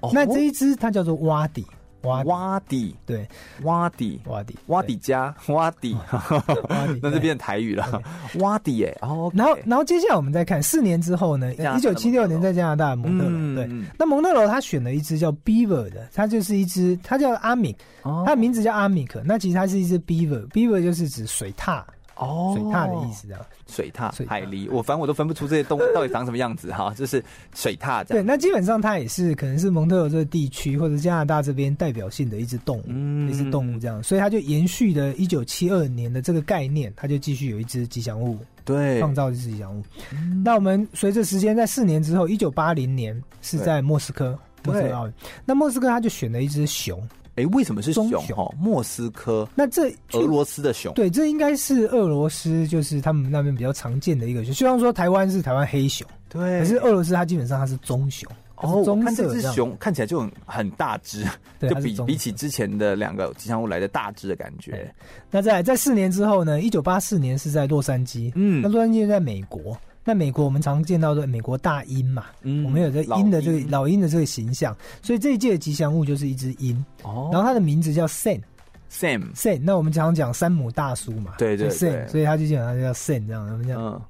Speaker 2: 哦
Speaker 3: 那这一只它叫做蛙底，蛙底
Speaker 2: 洼底、
Speaker 3: 对
Speaker 2: 洼底、
Speaker 3: 蛙底
Speaker 2: 洼底家、洼
Speaker 3: [laughs]
Speaker 2: 底，，
Speaker 3: 蛙底
Speaker 2: 那就变台语了。洼底耶，哦，
Speaker 3: 然后，然后接下来我们再看四年之后呢
Speaker 2: 加拿，大
Speaker 3: 一九七六年在加拿大的蒙特
Speaker 2: 嗯
Speaker 3: 楼，对
Speaker 2: 嗯，
Speaker 3: 那蒙特楼他选了一只叫 Beaver 的，它就是一只，它叫阿米，
Speaker 2: 哦
Speaker 3: 它的名字叫阿米克，那其实它是一只 Beaver，Beaver 就是指水獭，
Speaker 2: 哦
Speaker 3: 水獭的意，思啊。
Speaker 2: 水獭
Speaker 3: 水、獭
Speaker 2: 海狸，我反正我都分不出这些动物到底长什么样子哈，就是水獭这
Speaker 3: 对，
Speaker 2: 样。
Speaker 3: 那基本上它也是可能是蒙特尔这个地区或者加拿大这边代表性的一只动物，
Speaker 2: 嗯
Speaker 3: 一只动物这样，所以它就延续了1972年的这个概念，它就继续有一只吉祥物，
Speaker 2: 对，嗯
Speaker 3: 创造一只吉祥物。那我们随着时间，在四年之后，一九八零年是在莫斯科。
Speaker 2: 对
Speaker 3: 莫斯科奥运，那莫斯科他就选了一只熊，
Speaker 2: 哎，为什么是
Speaker 3: 棕
Speaker 2: 熊？
Speaker 3: 熊
Speaker 2: 哦，莫斯科，
Speaker 3: 那这
Speaker 2: 俄罗斯的熊。
Speaker 3: 对，这应该是俄罗斯，就是他们那边比较常见的一个熊。虽然说台湾是台湾黑熊，
Speaker 2: 对
Speaker 3: 可是俄罗斯它基本上它是棕熊，
Speaker 2: 哦，
Speaker 3: 它是
Speaker 2: 我
Speaker 3: 棕
Speaker 2: 看
Speaker 3: 色
Speaker 2: 这
Speaker 3: 这
Speaker 2: 只
Speaker 3: 样，
Speaker 2: 熊看起来就很很大只，
Speaker 3: 对
Speaker 2: 就
Speaker 3: 它是
Speaker 2: 比
Speaker 3: 棕
Speaker 2: 比
Speaker 3: 色
Speaker 2: 起之前的两个吉祥物来的大只的感觉。
Speaker 3: 那在在四年之后呢？一九八四年是在洛杉矶，
Speaker 2: 嗯
Speaker 3: 那洛杉矶在美国。那美国我们常见到的美国大鹰嘛，
Speaker 2: 嗯
Speaker 3: 我们有这
Speaker 2: 老
Speaker 3: 鹰的这个
Speaker 2: 鹰
Speaker 3: 老鹰的这个形象，所以这一届的吉祥物就是一只鹰，
Speaker 2: 哦
Speaker 3: 然后它的名字叫 San
Speaker 2: ，Sam，
Speaker 3: San，那我们常常讲山姆大叔嘛，
Speaker 2: 对对
Speaker 3: 所以
Speaker 2: 对
Speaker 3: San，所以它就基本上就叫 San 这样，我们讲。
Speaker 2: 嗯，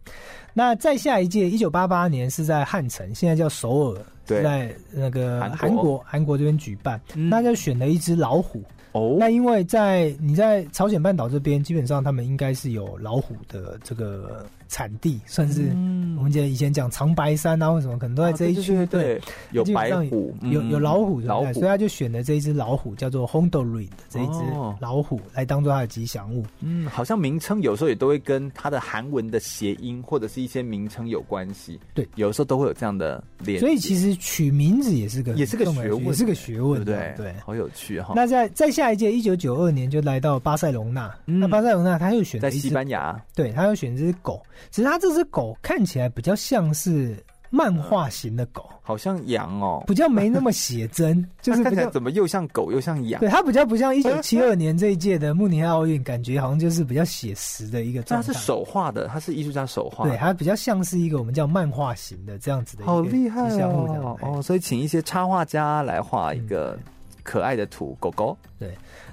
Speaker 3: 那再下一届，一九八八年是在汉城，现在叫首尔，
Speaker 2: 对
Speaker 3: 是在那个
Speaker 2: 韩国
Speaker 3: 韩国韩国这边举办，
Speaker 2: 嗯
Speaker 3: 那就选了一只老虎，
Speaker 2: 哦，
Speaker 3: 那因为在你在朝鲜半岛这边，基本上他们应该是有老虎的这个产地，算是
Speaker 2: 嗯
Speaker 3: 我们记得以前讲长白山啊，或什么，可能都在
Speaker 2: 啊
Speaker 3: 这一区。
Speaker 2: 对对对，对有
Speaker 3: 基本
Speaker 2: 白
Speaker 3: 上
Speaker 2: 虎，
Speaker 3: 有
Speaker 2: 嗯
Speaker 3: 有老虎存哎
Speaker 2: 老
Speaker 3: 在，
Speaker 2: 虎
Speaker 3: 所以，他就选了这一只老虎，叫做 Hondorin 的这一只
Speaker 2: 哦
Speaker 3: 老虎来当做它的吉祥物。
Speaker 2: 嗯，好像名称有时候也都会跟它的韩文的谐音或者是一些名称有关系，
Speaker 3: 对
Speaker 2: 有时候都会有这样的联系，
Speaker 3: 所以其实取名字也是个
Speaker 2: 也是个
Speaker 3: 很重要
Speaker 2: 学
Speaker 3: 的
Speaker 2: 问，
Speaker 3: 也是个学
Speaker 2: 对
Speaker 3: 问，
Speaker 2: 不
Speaker 3: 啊
Speaker 2: 对？
Speaker 3: 对。
Speaker 2: 好有趣哦哈。
Speaker 3: 那在在下一届，一九九二年就来到巴塞隆纳。
Speaker 2: 嗯
Speaker 3: 那巴塞隆纳，他又选
Speaker 2: 在
Speaker 3: 了一只
Speaker 2: 西班牙，
Speaker 3: 对，他要选这只狗，只是他这只狗看起来比较像是漫画型的狗，
Speaker 2: 好像羊哦，
Speaker 3: 比较没那么写真，就是
Speaker 2: 它看
Speaker 3: 比
Speaker 2: 起来
Speaker 3: 较。
Speaker 2: 怎么又像狗又像羊
Speaker 3: 对？它比较不像一
Speaker 2: 啊
Speaker 3: 九七二年这一届的慕尼黑奥运，感觉好像就是比较写实的一个
Speaker 2: 但
Speaker 3: 状
Speaker 2: 它
Speaker 3: 态。
Speaker 2: 是手画的，它是艺术家手画的，
Speaker 3: 对，它比较像是一个我们叫漫画型的这样子的一个
Speaker 2: 好厉害
Speaker 3: 吉祥物这样哎
Speaker 2: 哦！哦，所以请一些插画家来画一个可爱的图，狗狗。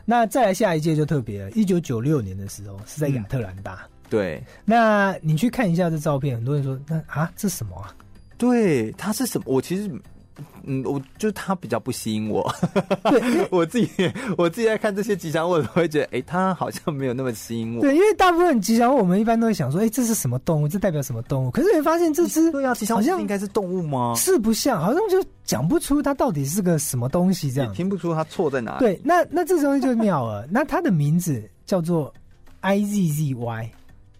Speaker 3: 那再来下一届就特别了，一九九六年的时候是在亚特兰大。
Speaker 2: 对
Speaker 3: 那你去看一下这照片，很多人说那啊这什么啊？
Speaker 2: 对，它是什么？我其实。嗯，我就是它比较不吸引我， [laughs] 我自己我自己在看这些吉祥物，我都会觉得，哎、它好像没有那么吸引我。
Speaker 3: 对，因为大部分吉祥物我们一般都会想说，哎、这是什么动物？这代表什么动物？可是你会发现这只
Speaker 2: 对啊，吉祥物
Speaker 3: 好像
Speaker 2: 应该是动物吗？
Speaker 3: 是不像，好像就讲不出它到底是个什么东西这
Speaker 2: 也
Speaker 3: 样。
Speaker 2: 听不出它错在哪里。
Speaker 3: 对，那那这东西就妙了。 [laughs] 那它的名字叫做 I Z Z Y，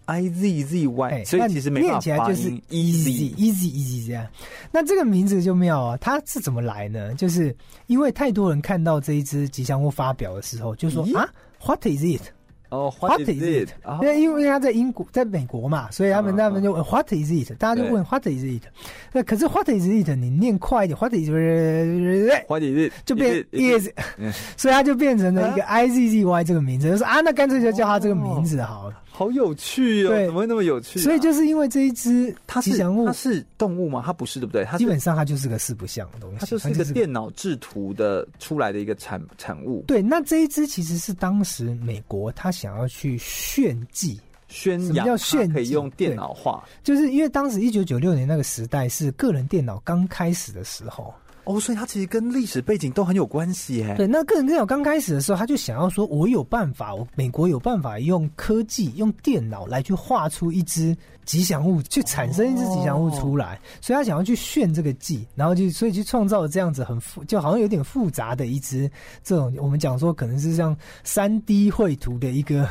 Speaker 2: ，I Z Z Y，
Speaker 3: 哎，
Speaker 2: 所
Speaker 3: 那
Speaker 2: 以其实没办
Speaker 3: 念
Speaker 2: 法
Speaker 3: 起来
Speaker 2: 发
Speaker 3: 就是
Speaker 2: 音
Speaker 3: easy
Speaker 2: easy。
Speaker 3: easy easy 这样。那这个名字就妙啊，它是怎么来呢？就是因为太多人看到这一只吉祥物发表的时候，就说
Speaker 2: 咦
Speaker 3: 啊，What is it？
Speaker 2: 哦
Speaker 3: What
Speaker 2: ，What is
Speaker 3: is
Speaker 2: it？
Speaker 3: it？
Speaker 2: 啊
Speaker 3: 因为因为他在英国，在美国嘛，所以他
Speaker 2: 嗯
Speaker 3: 们他们
Speaker 2: 嗯
Speaker 3: 就问 What is it？大家就
Speaker 2: 对
Speaker 3: 问 What is it？那可是 What is it？你念快一点，What is it？
Speaker 2: ，What is it？
Speaker 3: 就变
Speaker 2: Is it-
Speaker 3: is，
Speaker 2: 嗯
Speaker 3: [laughs] 所以他就变成了一个
Speaker 2: 啊
Speaker 3: I Z Z Y 这个名字，就是啊，那干脆就叫他这个名字好了。
Speaker 2: 好有趣哦，
Speaker 3: 对
Speaker 2: 怎么会那么有趣啊？
Speaker 3: 所以就是因为这一只
Speaker 2: 它
Speaker 3: 吉
Speaker 2: 是
Speaker 3: 祥物
Speaker 2: 它，是动物吗？它不是，对不对？它是
Speaker 3: 基本上它就是个四不像的东西，
Speaker 2: 它就是一个
Speaker 3: 个
Speaker 2: 电脑制图的出来的一个产产物，
Speaker 3: 对，那这一只其实是当时美国他想要去炫技，
Speaker 2: 宣
Speaker 3: 什么
Speaker 2: 扬
Speaker 3: 叫
Speaker 2: 它
Speaker 3: 炫
Speaker 2: 可以
Speaker 3: 技
Speaker 2: 用电
Speaker 3: 对
Speaker 2: 脑画
Speaker 3: 就是因为当时一九九六年那个时代是个人电脑刚开始的时候，
Speaker 2: 哦，所以它其实跟历史背景都很有关系耶。
Speaker 3: 对，那更更早刚开始的时候，他就想要说，我有办法，我美国有办法用科技、用电脑来去画出一只吉祥物，去产生一只吉祥物出来，所以他想要去炫这个技，然后就所以去创造了这样子很复，就好像有点复杂的一只这种我们讲说可能是像三 D 绘图的一个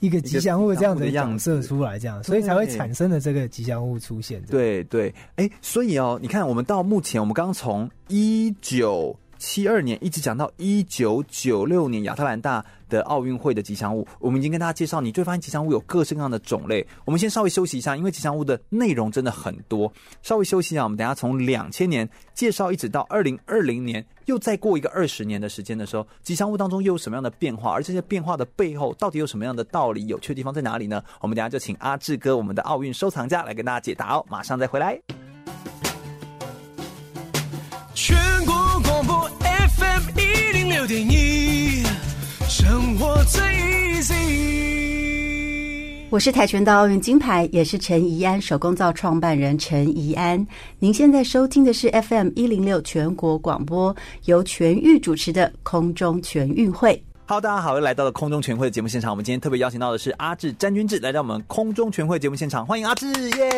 Speaker 3: 一个吉祥物这样子的角色出来，这样，所以才会产生了这个吉祥物出现。，
Speaker 2: 对对，哎，所以哦，你看，我们到目前，我们刚从一九七二年一直讲到一九九六年亚特兰大的奥运会的吉祥物，我们已经跟大家介绍，你就会发现吉祥物有各式各样的种类。我们先稍微休息一下，因为吉祥物的内容真的很多，稍微休息一下，我们等一下从两千年介绍一直到二零二零年，又再过一个二十年的时间的时候，吉祥物当中又有什么样的变化？而这些变化的背后到底有什么样的道理？有趣的地方在哪里呢？我们等一下就请阿志哥，我们的奥运收藏家来跟大家解答哦。马上再回来。
Speaker 4: 全国广播 FM 一零六点一，生活最 easy。
Speaker 8: 我是跆拳道奥运金牌，也是陈怡安手工皂创办人陈怡安。您现在收听的是 FM 一零六全国广播，由全域主持的空中全运会。
Speaker 2: Hello，大家好，又来到了空中全会的节目现场。我们今天特别邀请到的是阿志詹君志来到我们空中全会节目现场，欢迎阿志，耶！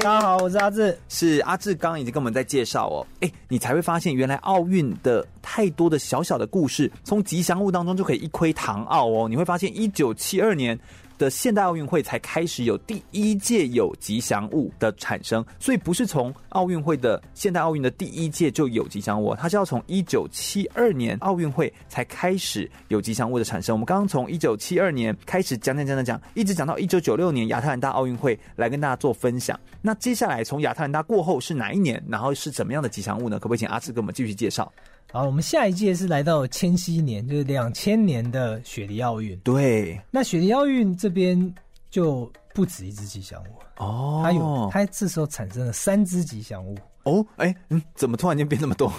Speaker 3: 大家好，我是阿志。
Speaker 2: 是阿志刚刚已经跟我们在介绍哦，哎，你才会发现原来奥运的太多的小小的故事，从吉祥物当中就可以一窥唐奥哦。你会发现，一九七二年的现代奥运会才开始有第一届有吉祥物的产生，所以不是从奥运会的现代奥运的第一届就有吉祥物哦，它是要从一九七二年奥运会才开始有吉祥物的产生。我们刚刚从一九七二年开始讲讲讲讲讲，一直讲到一九九六年亚特兰大奥运会来跟大家做分享。那接下来从亚特兰大过后是哪一年？然后是怎么样的吉祥物呢？可不可以请阿志给我们继续介绍？
Speaker 3: 好，我们下一届是来到千禧年，就是两千年的雪梨奥运。
Speaker 2: 对，
Speaker 3: 那雪梨奥运这边就不止一只吉祥物，
Speaker 2: 哦，
Speaker 3: 它有它这时候产生了三只吉
Speaker 2: [laughs]
Speaker 3: 祥物。
Speaker 2: 哦，哎，嗯，怎么突然间变那么多？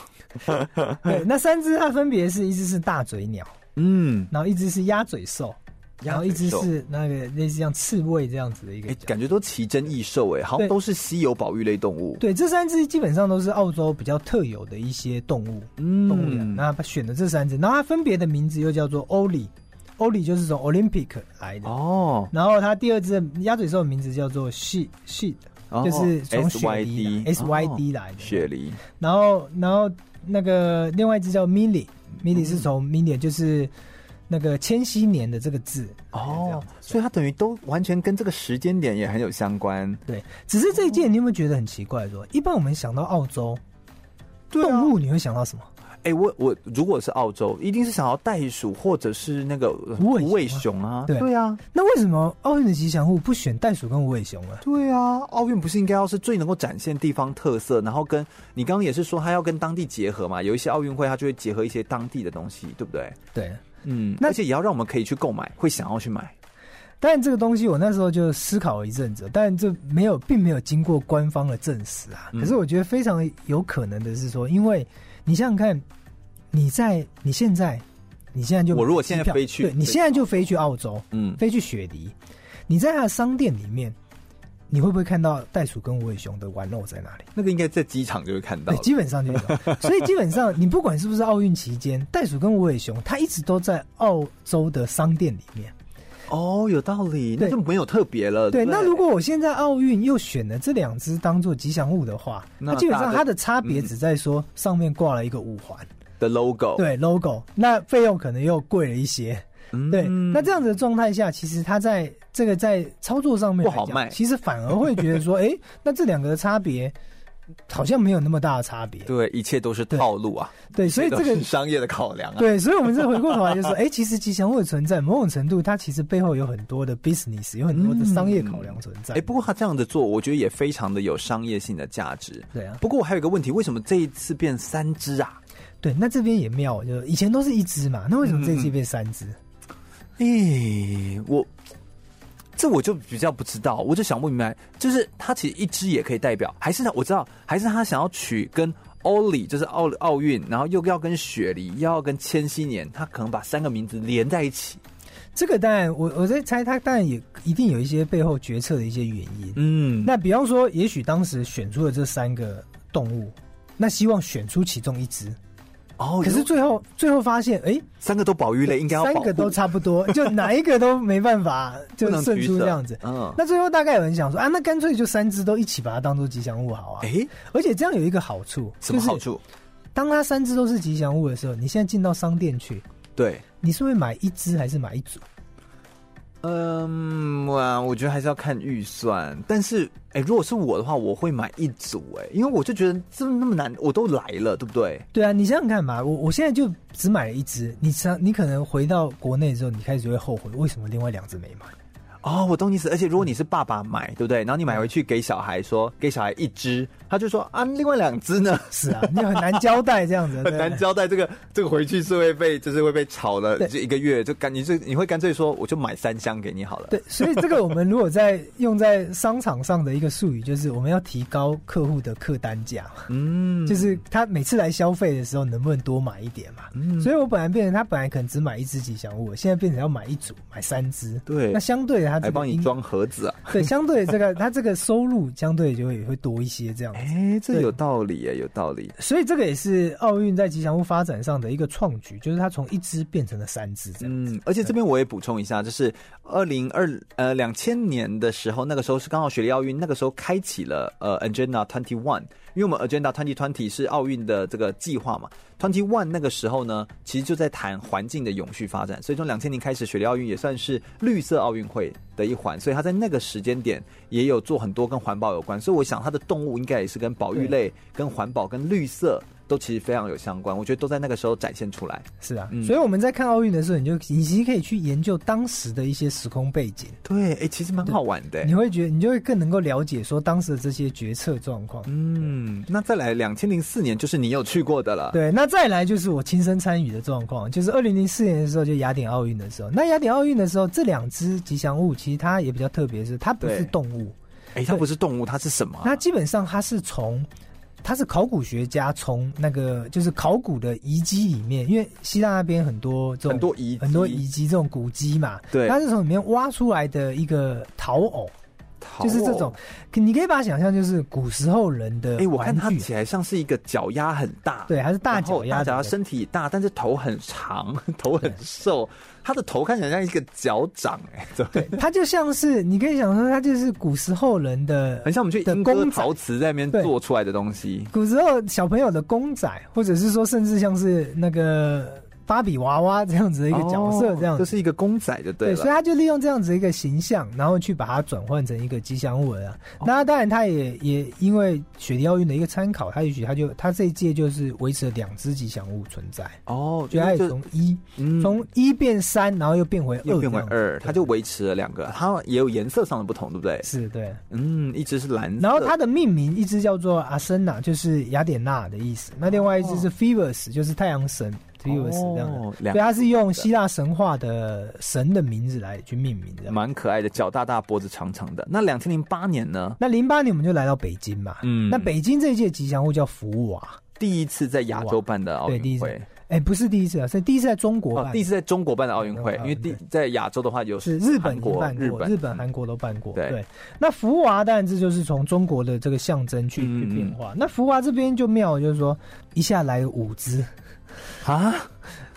Speaker 3: 对，那三只它分别是一只是大嘴鸟，
Speaker 2: 嗯，
Speaker 3: 然后一只是鸭嘴兽，然后一只
Speaker 2: 鸭嘴兽
Speaker 3: 是那个类似像刺猬这样子的一个
Speaker 2: 哎，
Speaker 3: 角。
Speaker 2: 感觉都奇珍异兽，哎，好像
Speaker 3: 对
Speaker 2: 都是稀有保育类动物。
Speaker 3: 对，这三只基本上都是澳洲比较特有的一些动物，
Speaker 2: 嗯
Speaker 3: 动物园。那它选的这三只，然后它分别的名字又叫做 Oli，Oli 就是从 Olympic 来的，
Speaker 2: 哦，
Speaker 3: 然后它第二只的鸭嘴兽的名字叫做 She She，
Speaker 2: 哦
Speaker 3: 就是从雪
Speaker 2: SYD
Speaker 3: 梨来 SYD 来的。
Speaker 2: 哦雪梨，
Speaker 3: 然后然后那个另外一只叫
Speaker 2: 嗯
Speaker 3: Milly，Milly 是从 Milly 就是那个千禧年的这个字这样
Speaker 2: 哦
Speaker 3: 子，
Speaker 2: 所以它等于都完全跟这个时间点也很有相关。
Speaker 3: 对。只是这一
Speaker 2: 哦
Speaker 3: 届你有没有觉得很奇怪说一般我们想到澳洲。
Speaker 2: 啊
Speaker 3: 动物你会想到什么？
Speaker 2: 哎、我我如果是澳洲，一定是想要袋鼠或者是那个呃
Speaker 3: 无尾
Speaker 2: 无
Speaker 3: 熊啊
Speaker 2: 尾熊啊，
Speaker 3: 对
Speaker 2: 对啊，
Speaker 3: 那为什么奥运的吉祥物不选袋鼠跟无尾熊呢？
Speaker 2: 对啊，奥运不是应该要是最能够展现地方特色，然后跟你刚刚也是说它要跟当地结合嘛，有一些奥运会它就会结合一些当地的东西，对不对？
Speaker 3: 对，
Speaker 2: 嗯，
Speaker 3: 那
Speaker 2: 而且也要让我们可以去购买，会想要去买。
Speaker 3: 但这个东西我那时候就思考了一阵子，但这没有并没有经过官方的证实啊。
Speaker 2: 嗯
Speaker 3: 可是我觉得非常有可能的是说，因为你想想看，你在你现在你现在就
Speaker 2: 我如果现在飞去
Speaker 3: 对你现在就飞去澳洲，
Speaker 2: 嗯，
Speaker 3: 飞去雪梨，你在它的商店里面，你会不会看到袋鼠跟无尾熊的玩偶在哪里？
Speaker 2: 那个应该在机场就会看到
Speaker 3: 对，
Speaker 2: 了。
Speaker 3: 基本上就是这样。所以基本上，你不管是不是奥运期间，袋鼠跟无尾熊，它一直都在澳洲的商店里面。
Speaker 2: 哦，有道理，那
Speaker 3: 对
Speaker 2: 就没有特别了。
Speaker 3: 对，
Speaker 2: 不
Speaker 3: 那如果我现在奥运又选了这两只当做吉祥物的话，
Speaker 2: 那
Speaker 3: 那基本上
Speaker 2: 大的嗯
Speaker 3: 它的差别只在说上面挂了一个五环，
Speaker 2: 的 logo，，
Speaker 3: 对 logo，那费用可能又贵了一些。
Speaker 2: 嗯
Speaker 3: 对，那这样子的状态下，其实它在这个在操作上面来讲
Speaker 2: 不好卖
Speaker 3: 其实反而会觉得
Speaker 2: [laughs]
Speaker 3: 说，哎，那这两个的差别好像没有那么大的差别。
Speaker 2: 对，一切都是套路啊，
Speaker 3: 对，所以
Speaker 2: 都
Speaker 3: 这个
Speaker 2: 是商业的考量啊。
Speaker 3: [laughs] 对，所以我们再回过头来就说，哎，其实吉祥物的存在，某种程度它其实背后有很多的 business，有很多的商业考量存在。
Speaker 2: 哎、嗯不过他这样的做，我觉得也非常的有商业性的价值。
Speaker 3: 对啊
Speaker 2: 不过我还有一个问题，为什么这一次变三只啊？
Speaker 3: 对，那这边也妙，就以前都是一只嘛，那为什
Speaker 2: 嗯
Speaker 3: 么这次变三只？
Speaker 2: 哎、我这我就比较不知道，我就想不明白，就是他其实一只也可以代表，还是他我知道，还是他想要取跟欧里，就是奥奥运，然后又要跟雪梨，又要跟千禧年，他可能把三个名字连在一起。
Speaker 3: 这个当然，我我在猜，它当然也一定有一些背后决策的一些原因。
Speaker 2: 嗯，
Speaker 3: 那比方说，也许当时选出了这三个动物，那希望选出其中一支。
Speaker 2: 哦，
Speaker 3: 可是
Speaker 2: 有
Speaker 3: 最后最后发现，哎、
Speaker 2: 三个都保育类，应该要
Speaker 3: 三
Speaker 2: 保
Speaker 3: 个
Speaker 2: 护 [laughs]
Speaker 3: 都差不多，就哪一个都没办法，就
Speaker 2: 不能
Speaker 3: 胜
Speaker 2: 取
Speaker 3: 出
Speaker 2: 舍
Speaker 3: 这样子。
Speaker 2: 嗯，
Speaker 3: 那最后大概有人想说啊，那干脆就三只都一起把它当做吉祥物好啊。
Speaker 2: 哎，
Speaker 3: 而且这样有一个好处，
Speaker 2: 什么
Speaker 3: 就是
Speaker 2: 好处？
Speaker 3: 当它三只都是吉祥物的时候，你现在进到商店去，
Speaker 2: 对，
Speaker 3: 你是会买一只还是买一组？
Speaker 2: 嗯，我我觉得还是要看预算。但是，哎、如果是我的话，我会买一组、哎，因为我就觉得这么那么难，我都来了，对不对？
Speaker 3: 对啊，你想想看嘛，我我现在就只买了一只，你想你可能回到国内之后，你开始会后悔，为什么另外两只没买？
Speaker 2: 哦，我懂你意思。而且，如果你是爸爸买，对不对？然后你买回去给小孩说，给小孩一只，他就说啊，另外两只呢，
Speaker 3: 是啊， [laughs] 你很难交代这样子，
Speaker 2: 很
Speaker 3: 对
Speaker 2: [laughs] 难交代。这个这个回去是会被，就是会被炒了
Speaker 3: 对
Speaker 2: 这一个月，就干你就你会干脆说，我就买三箱给你好了。
Speaker 3: 对，所以这个我们如果在用在商场上的一个术语，就是我们要提高客户的客单价，
Speaker 2: 嗯，
Speaker 3: 就是他每次来消费的时候能不能多买一点嘛。
Speaker 2: 嗯
Speaker 3: 所以我本来变成他本来可能只买一只吉祥物，现在变成要买一组，买三只。
Speaker 2: 对
Speaker 3: 那相对的他这
Speaker 2: 还
Speaker 3: 个
Speaker 2: 帮你
Speaker 3: 应，
Speaker 2: 装盒子 [laughs] 啊。
Speaker 3: 对，相对这个他这个收入相对就会也会多一些这样子。
Speaker 2: 哎、这
Speaker 3: 对
Speaker 2: 有道理耶，有道理。
Speaker 3: 所以这个也是奥运在吉祥物发展上的一个创举，就是它从一只变成了三只这样。
Speaker 2: 嗯，而且这边我也补充一下，就是二零二呃两千年的时候，那个时候是刚好雪梨奥运，那个时候开启了呃 Agenda Twenty One，因为我们 Agenda Twenty Twenty 是奥运的这个计划嘛，Twenty One 那个时候呢，其实就在谈环境的永续发展，所以从两千年开始，雪梨奥运也算是绿色奥运会的一环，所以它在那个时间点也有做很多跟环保有关，所以我想它的动物应该也是跟保育类、跟环保、跟绿色都其实非常有相关，我觉得都在那个时候展现出来。
Speaker 3: 是啊，
Speaker 2: 嗯
Speaker 3: 所以我们在看奥运的时候，你就你其实可以去研究当时的一些时空背景，
Speaker 2: 对，哎、其实蛮好玩的、
Speaker 3: 你会觉得你就会更能够了解说当时的这些决策状况。
Speaker 2: 嗯，那再来两千零四年就是你有去过的了。，
Speaker 3: 对，那再来就是我亲身参与的状况，就是二零零四年的时候，就雅典奥运的时候。那雅典奥运的时候，这两只吉祥物其实它也比较特别，是它不是
Speaker 2: 对
Speaker 3: 动物，
Speaker 2: 哎、它不是动物，它是什么啊、
Speaker 3: 那基本上它是从，它是考古学家从那个就是考古的遗迹里面，因为希腊那边很多这种
Speaker 2: 很多遗迹
Speaker 3: 很多遗迹这种古迹嘛，
Speaker 2: 对
Speaker 3: 它是从里面挖出来的一个陶偶，
Speaker 2: 陶
Speaker 3: 就是这
Speaker 2: 哦
Speaker 3: 种，可你可以把它想象就是古时候人的
Speaker 2: 哎、我看它
Speaker 3: 玩具
Speaker 2: 起来像是一个脚丫很大，
Speaker 3: 对，还是大
Speaker 2: 然后
Speaker 3: 脚丫
Speaker 2: 大
Speaker 3: 子的，
Speaker 2: 脚丫身体大，但是头很长，头很瘦，它的头看起来像一个脚掌、哎，怎么
Speaker 3: 对，它就像是你可以想说，它就是古时候人的
Speaker 2: 很像我们去
Speaker 3: 的
Speaker 2: 英歌
Speaker 3: 公仔
Speaker 2: 陶瓷在那边
Speaker 3: 对
Speaker 2: 做出来的东西。
Speaker 3: 古时候小朋友的公仔，或者是说甚至像是那个芭比娃娃这样子的一个角色，
Speaker 2: 哦
Speaker 3: 这样子
Speaker 2: 就。是一个公仔就对
Speaker 3: 对，
Speaker 2: 了。
Speaker 3: 所以他就利用这样子一个形象，然后去把它转换成一个吉祥物了啊。
Speaker 2: 哦
Speaker 3: 那当然，他也也因为雪梨奥运的一个参考，他也许他就他这一届就是维持了两只吉祥物存在，
Speaker 2: 哦，
Speaker 3: 所以他也
Speaker 2: 就
Speaker 3: 从一
Speaker 2: 嗯
Speaker 3: 从一变三，然后又变回二，
Speaker 2: 又变为二，它
Speaker 3: 他
Speaker 2: 就维持了两个，它也有颜色上的不同，对不对？
Speaker 3: 是对。
Speaker 2: 嗯，一只是蓝色，
Speaker 3: 然后它的命名一只叫做阿森娜，就是雅典娜的意思；那另外一只是 Phoebus，就是太阳神 Phoebus 这样
Speaker 2: 哦
Speaker 3: 的。所
Speaker 2: 两
Speaker 3: 以它是用希腊神话的神的名字来去命名的。
Speaker 2: 蛮可爱的，脚大大，脖子长长的。那两千零八年呢？
Speaker 3: 那零八年我们就来到北京嘛，
Speaker 2: 嗯
Speaker 3: 那北京这一届吉祥物叫福娃，
Speaker 2: 第一次在亚洲办的奥
Speaker 3: 对，第一
Speaker 2: 运
Speaker 3: 次
Speaker 2: 会，，
Speaker 3: 哎，不是第一次啊，是第一次在中国
Speaker 2: 哦
Speaker 3: 办，，
Speaker 2: 第一次在中国办的奥运会，因
Speaker 3: 嗯
Speaker 2: 为第在亚洲的话有
Speaker 3: 是日本
Speaker 2: 韩
Speaker 3: 已经
Speaker 2: 国、
Speaker 3: 办
Speaker 2: 日
Speaker 3: 过，
Speaker 2: 本、
Speaker 3: 日本、韩国都办过。
Speaker 2: 对
Speaker 3: 对，那福娃当然这就是从中国的这个象征去
Speaker 2: 嗯
Speaker 3: 去变化。那福娃这边就妙，就是说一下来了五只，
Speaker 2: 啊，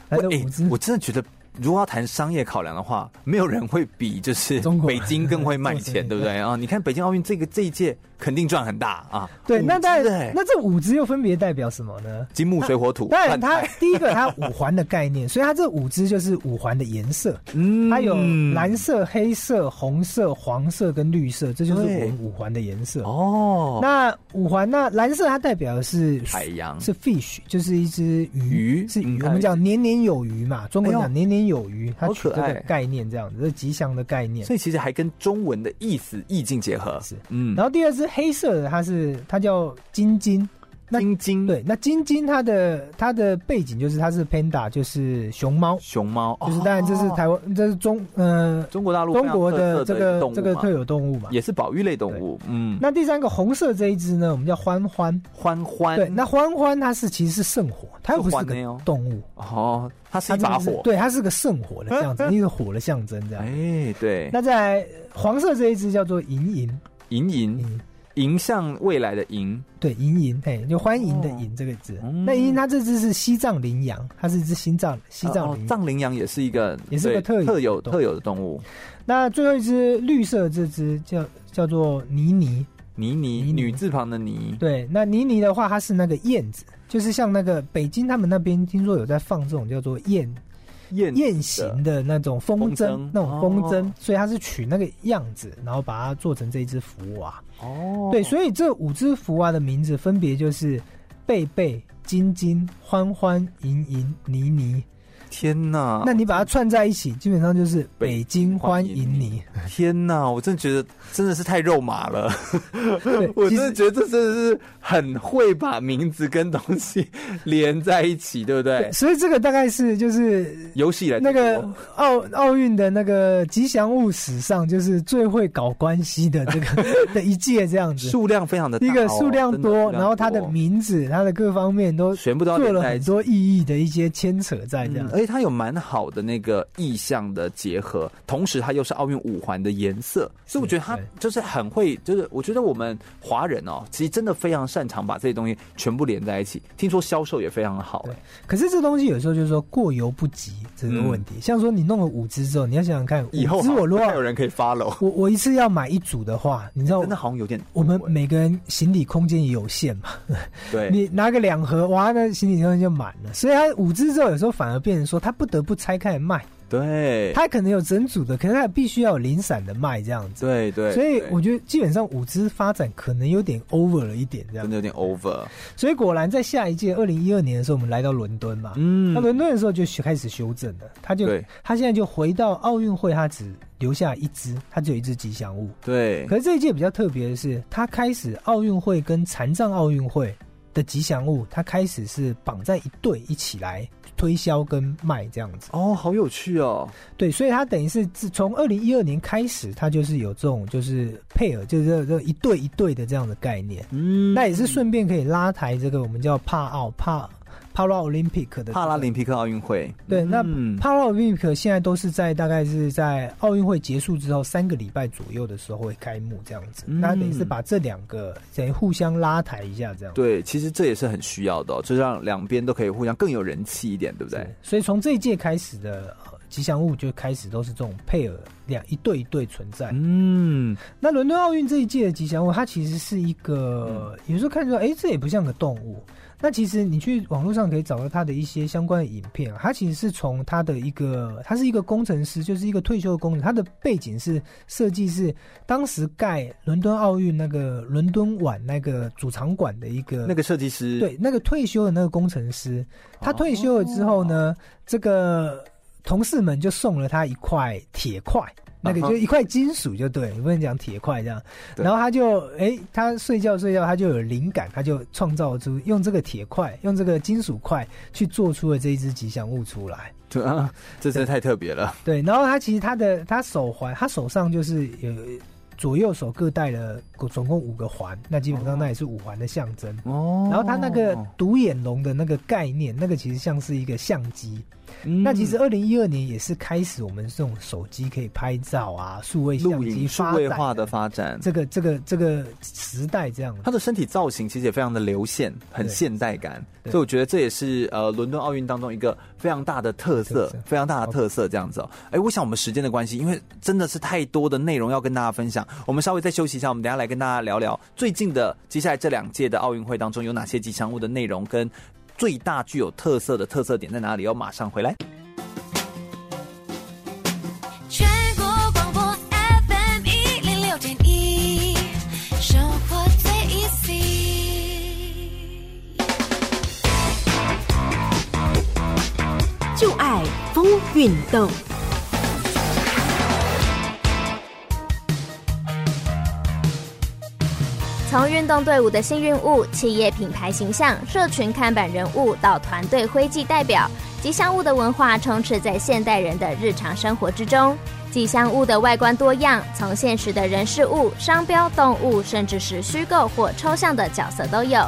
Speaker 3: 来了
Speaker 2: 喂
Speaker 3: 五只
Speaker 2: 诶，我真的觉得。如果要谈商业考量的话，没有人会比就是
Speaker 3: 中国
Speaker 2: 北京更会卖
Speaker 3: [laughs] 中
Speaker 2: 钱，
Speaker 3: 国
Speaker 2: 对不对啊？你看北京奥运这个这一届肯定赚很大啊。
Speaker 3: 对，
Speaker 2: 五
Speaker 3: 那
Speaker 2: 只
Speaker 3: 当然
Speaker 2: 诶，
Speaker 3: 那这五只又分别代表什么呢？
Speaker 2: 金木水火土，
Speaker 3: 当然，
Speaker 2: 换
Speaker 3: 它
Speaker 2: 菜
Speaker 3: 第一个它五环的概念，所以它这五只就是五环的颜色，
Speaker 2: 嗯
Speaker 3: 它有蓝色、黑色、红色、黄色跟绿色，这就是我们五环的颜色。
Speaker 2: 哦，
Speaker 3: 那五环那蓝色它代表的是
Speaker 2: 海洋
Speaker 3: 是 fish，就是一只鱼，
Speaker 2: 鱼
Speaker 3: 是
Speaker 2: 嗯
Speaker 3: 鱼。
Speaker 2: 它
Speaker 3: 我们讲年年有余嘛，中国
Speaker 2: 哎呦
Speaker 3: 讲年年有余，它
Speaker 2: 好
Speaker 3: 取
Speaker 2: 可
Speaker 3: 这个
Speaker 2: 爱
Speaker 3: 概念这样子，这是吉祥的概念
Speaker 2: 所。以其实还跟中文的意思意境结合，
Speaker 3: 是
Speaker 2: 嗯，
Speaker 3: 然后第二只黑色的，它是它叫金金，那
Speaker 2: 金金
Speaker 3: 对，那金金它的它的背景就是它是 panda，就是熊猫，
Speaker 2: 熊猫，
Speaker 3: 就是当然这是
Speaker 2: 哦
Speaker 3: 台湾，这是中呃
Speaker 2: 中国大陆非
Speaker 3: 中
Speaker 2: 常
Speaker 3: 国
Speaker 2: 特
Speaker 3: 的
Speaker 2: 色
Speaker 3: 这
Speaker 2: 的
Speaker 3: 个
Speaker 2: 动物
Speaker 3: 这个
Speaker 2: 嘛
Speaker 3: 特有动物嘛。
Speaker 2: 也是保育类动物，嗯，
Speaker 3: 那第三个红色这一只呢，我们叫欢欢，
Speaker 2: 欢欢，
Speaker 3: 对，那欢欢它是其实是圣火，它又不
Speaker 2: 是
Speaker 3: 是
Speaker 2: 欢呢
Speaker 3: 个
Speaker 2: 哦
Speaker 3: 动物，
Speaker 2: 哦，它是
Speaker 3: 它
Speaker 2: 一把
Speaker 3: 真的是
Speaker 2: 火，，嗯
Speaker 3: 对，它是个圣火的象征，一个火的象征这样。
Speaker 2: 哎，对，
Speaker 3: 那在黄色这一只叫做银银
Speaker 2: 银银
Speaker 3: 银，
Speaker 2: 迎向未来的迎，
Speaker 3: 对，银银，哎，就欢迎
Speaker 2: 哦
Speaker 3: 的银这个字。那银它这只是西藏羚羊，它是一只新藏西
Speaker 2: 哦
Speaker 3: 藏羚
Speaker 2: 哦
Speaker 3: 羊。
Speaker 2: 藏羚羊也是一个
Speaker 3: 也是个
Speaker 2: 对
Speaker 3: 特有的
Speaker 2: 特有
Speaker 3: 动物
Speaker 2: 特有的动物，
Speaker 3: 那最后一只绿色这只叫叫做妮妮，
Speaker 2: 泥泥
Speaker 3: 泥泥
Speaker 2: 女字旁的泥，
Speaker 3: 对，那妮妮的话，它是那个燕子，就是像那个北京他们那边听说有在放这种叫做燕
Speaker 2: 燕
Speaker 3: 燕形的那种风
Speaker 2: 风
Speaker 3: 筝
Speaker 2: 筝，
Speaker 3: 那种风筝，
Speaker 2: 哦
Speaker 3: 所以它是取那个样子，然后把它做成这一只福娃。
Speaker 2: 哦
Speaker 3: 对，所以这五只福娃的名字分别就是贝贝、晶晶、欢欢、莹莹、妮妮。
Speaker 2: 天哪，
Speaker 3: 那你把它串在一起，基本上就是
Speaker 2: 北
Speaker 3: 北京欢
Speaker 2: 欢迎
Speaker 3: 迎你。
Speaker 2: 天哪，我真的觉得真的是太肉麻了，
Speaker 3: 对，
Speaker 2: [laughs] 我
Speaker 3: 其
Speaker 2: 真的
Speaker 3: 实
Speaker 2: 觉得这真的是很会把名字跟东西连在一起，对不对
Speaker 3: 对？所以这个大概是就是
Speaker 2: 有史以来哦
Speaker 3: 那个
Speaker 2: 最多
Speaker 3: 奥奥运的那个吉祥物史上，就是最会搞关系的这
Speaker 2: [laughs]
Speaker 3: 个的一届这样子。
Speaker 2: 数量非常的大哦
Speaker 3: 一个数量
Speaker 2: 真的
Speaker 3: 多，
Speaker 2: 数量
Speaker 3: 然后它的
Speaker 2: 多
Speaker 3: 名字、它的各方面都
Speaker 2: 全部都要
Speaker 3: 做
Speaker 2: 连
Speaker 3: 了
Speaker 2: 在一
Speaker 3: 很
Speaker 2: 起。
Speaker 3: 多意义的一些牵扯在这样
Speaker 2: 嗯。而且它有蛮好的那个意象的结合，同时它又是奥运五环的颜色，所以我觉得它
Speaker 3: 对
Speaker 2: 就是很会，就是我觉得我们华人哦，其实真的非常擅长把这些东西全部连在一起。听说销售也非常好
Speaker 3: 对，可是这东西有时候就是说过犹不及，这是问题。像说你弄了五只之后，你要想想看，五
Speaker 2: 嗯以后
Speaker 3: 只
Speaker 2: 好
Speaker 3: 我
Speaker 2: 不
Speaker 3: 如果
Speaker 2: 太有人可以 follow，
Speaker 3: 我我一次要买一组的话，你知道
Speaker 2: 真的好像有点
Speaker 3: 哦我们
Speaker 2: 多欸
Speaker 3: 每个人行李空间也有限嘛，
Speaker 2: 对
Speaker 3: 你拿个两盒，哇，那行李空间就满了。所以它五只之后，有时候反而变成说，它不得不拆开来卖。
Speaker 2: 对
Speaker 3: 它可能有整组的，可是它必须要有零散的卖这样子。
Speaker 2: 对对，
Speaker 3: 所以
Speaker 2: 对
Speaker 3: 我觉得基本上五只发展可能有点 over 了一点这样
Speaker 2: 真的。有点 over，
Speaker 3: 所以果然在下一届二零一二年的时候，我们来到伦敦嘛，
Speaker 2: 嗯
Speaker 3: 那，伦敦的时候就开始修正了，他就
Speaker 2: 对
Speaker 3: 他现在就回到奥运会，他只留下一只，他只有一只吉祥物。
Speaker 2: 对
Speaker 3: 可是这一届比较特别的是，他开始奥运会跟残障奥运会的吉祥物，他开始是绑在一对一起来推销跟卖这样子。
Speaker 2: 哦，好有趣哦，
Speaker 3: 对，所以他等于是自从二零一二年开始，他就是有这种就是配合，就是这这一对一对的这样的概念。
Speaker 2: 嗯，
Speaker 3: 那也是顺便可以拉抬这个我们叫帕奥帕帕拉奥林匹克的
Speaker 2: 帕拉林匹克奥运会，
Speaker 3: 对，那
Speaker 2: 嗯
Speaker 3: 帕拉奥林匹克现在都是在大概是在奥运会结束之后三个礼拜左右的时候会开幕这样子，
Speaker 2: 嗯
Speaker 3: 那等于是把这两个等于互相拉抬一下这样。
Speaker 2: 对，其实这也是很需要的、哦，就让两边都可以互相更有人气一点，对不对
Speaker 3: 是，？所以从这一届开始的呃吉祥物就开始都是这种配额两一对一对存在。
Speaker 2: 嗯，
Speaker 3: 那伦敦奥运这一届的吉祥物，它其实是一个，有时候看出来，哎、这也不像个动物。那其实你去网络上可以找到它的一些相关的影片啊，它其实是从它的一个，它是一个工程师，就是一个退休的工人，他的背景是设计是当时盖伦敦奥运那个伦敦碗那个主场馆的一个
Speaker 2: 那个设计师，哦
Speaker 3: 对，那个退休的那个工程师，他退休了之后呢，这个同事们就送了他一块铁块，那个
Speaker 2: 啊哈
Speaker 3: 就一块金属就对，不能讲铁块这样。
Speaker 2: 对
Speaker 3: 然后他就诶，他睡觉睡觉，他就有灵感，他就创造出用这个铁块，用这个金属块去做出了这一只吉祥物出来。
Speaker 2: 对啊， [laughs] 这真的太特别了，
Speaker 3: 对，然后他其实他的他手环，他手上就是有左右手各戴了总共五个环，那基本上那也是五环的象征。
Speaker 2: 哦
Speaker 3: 然后它那个独眼龙的那个概念，那个其实像是一个相机。
Speaker 2: 嗯
Speaker 3: 那其实二零一二年也是开始我们这种手机可以拍照啊，数位
Speaker 2: 录
Speaker 3: 相机
Speaker 2: 影数
Speaker 3: 发
Speaker 2: 位
Speaker 3: 展
Speaker 2: 化的发展，
Speaker 3: 这个这个这个时代这样
Speaker 2: 他的身体造型其实也非常的流线，很
Speaker 3: 嗯对
Speaker 2: 现代感，
Speaker 3: 对
Speaker 2: 所以我觉得这也是呃伦敦奥运当中一个非常大的特色
Speaker 3: 特色，
Speaker 2: 非常大的特色这样子哦。哎，我想我们时间的关系，因为真的是太多的内容要跟大家分享，我们稍微再休息一下，我们等一下来跟大家聊聊最近的接下来这两届的奥运会当中有哪些吉祥物的内容跟最大具有特色的特色点在哪里？要马上回来。
Speaker 6: 全国广播 FM 一零六点一，生活最 easy。
Speaker 9: 就爱风运动。
Speaker 10: 从运动队伍的幸运物、企业品牌形象、社群看板人物到团队徽记代表，吉祥物的文化充斥在现代人的日常生活之中。吉祥物的外观多样，从现实的人事物、商标、动物，甚至是虚构或抽象的角色都有。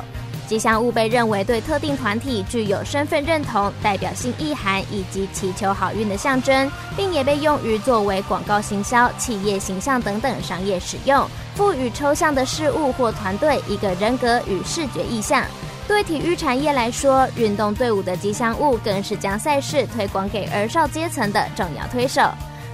Speaker 10: 吉祥物被认为对特定团体具有身份认同、代表性意涵以及祈求好运的象征，并也被用于作为广告行销、企业形象等等商业使用，赋予抽象的事物或团队一个人格与视觉意象。对体育产业来说，运动队伍的吉祥物更是将赛事推广给儿少阶层的重要推手。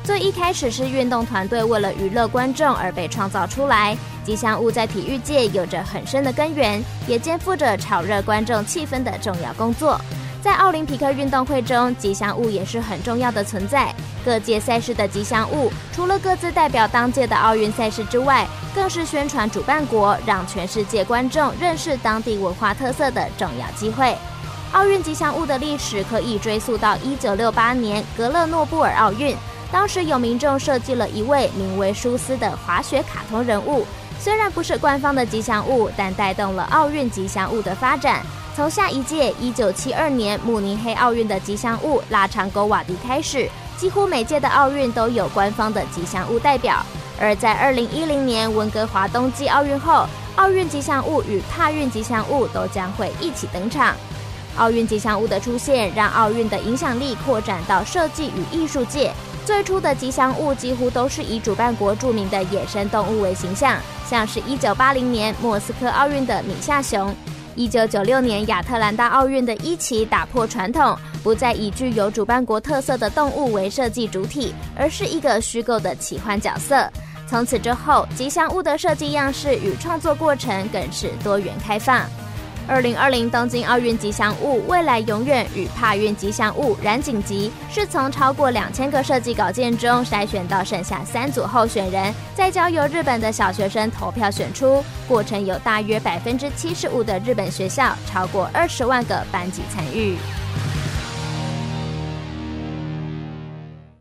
Speaker 10: 最一开始是运动团队为了娱乐观众而被创造出来，吉祥物在体育界有着很深的根源，也肩负着炒热观众气氛的重要工作。在奥林匹克运动会中，吉祥物也是很重要的存在。各界赛事的吉祥物，除了各自代表当届的奥运赛事之外，更是宣传主办国，让全世界观众认识当地文化特色的重要机会。奥运吉祥物的历史可以追溯到1968年格勒诺布尔奥运，当时有民众设计了一位名为舒斯的滑雪卡通人物。虽然不是官方的吉祥物，但带动了奥运吉祥物的发展。从下一届1972年慕尼黑奥运的吉祥物拉长狗瓦迪开始，几乎每届的奥运都有官方的吉祥物代表。而在2010年温哥华冬季奥运后，奥运吉祥物与帕运吉祥物都将会一起登场。奥运吉祥物的出现，让奥运的影响力扩展到设计与艺术界。最初的吉祥物几乎都是以主办国著名的野生动物为形象，像是1980年莫斯科奥运的米夏熊。1996年亚特兰大奥运的伊奇打破传统，不再以具有主办国特色的动物为设计主体，而是一个虚构的奇幻角色。从此之后，吉祥物的设计样式与创作过程更是多元开放。二零二零东京奥运吉祥物未来永远与帕运吉祥物染井吉是从超过两千个设计稿件中筛选到剩下三组候选人，再交由日本的小学生投票选出。过程有大约百分之七十五的日本学校超过二十万个班级参与。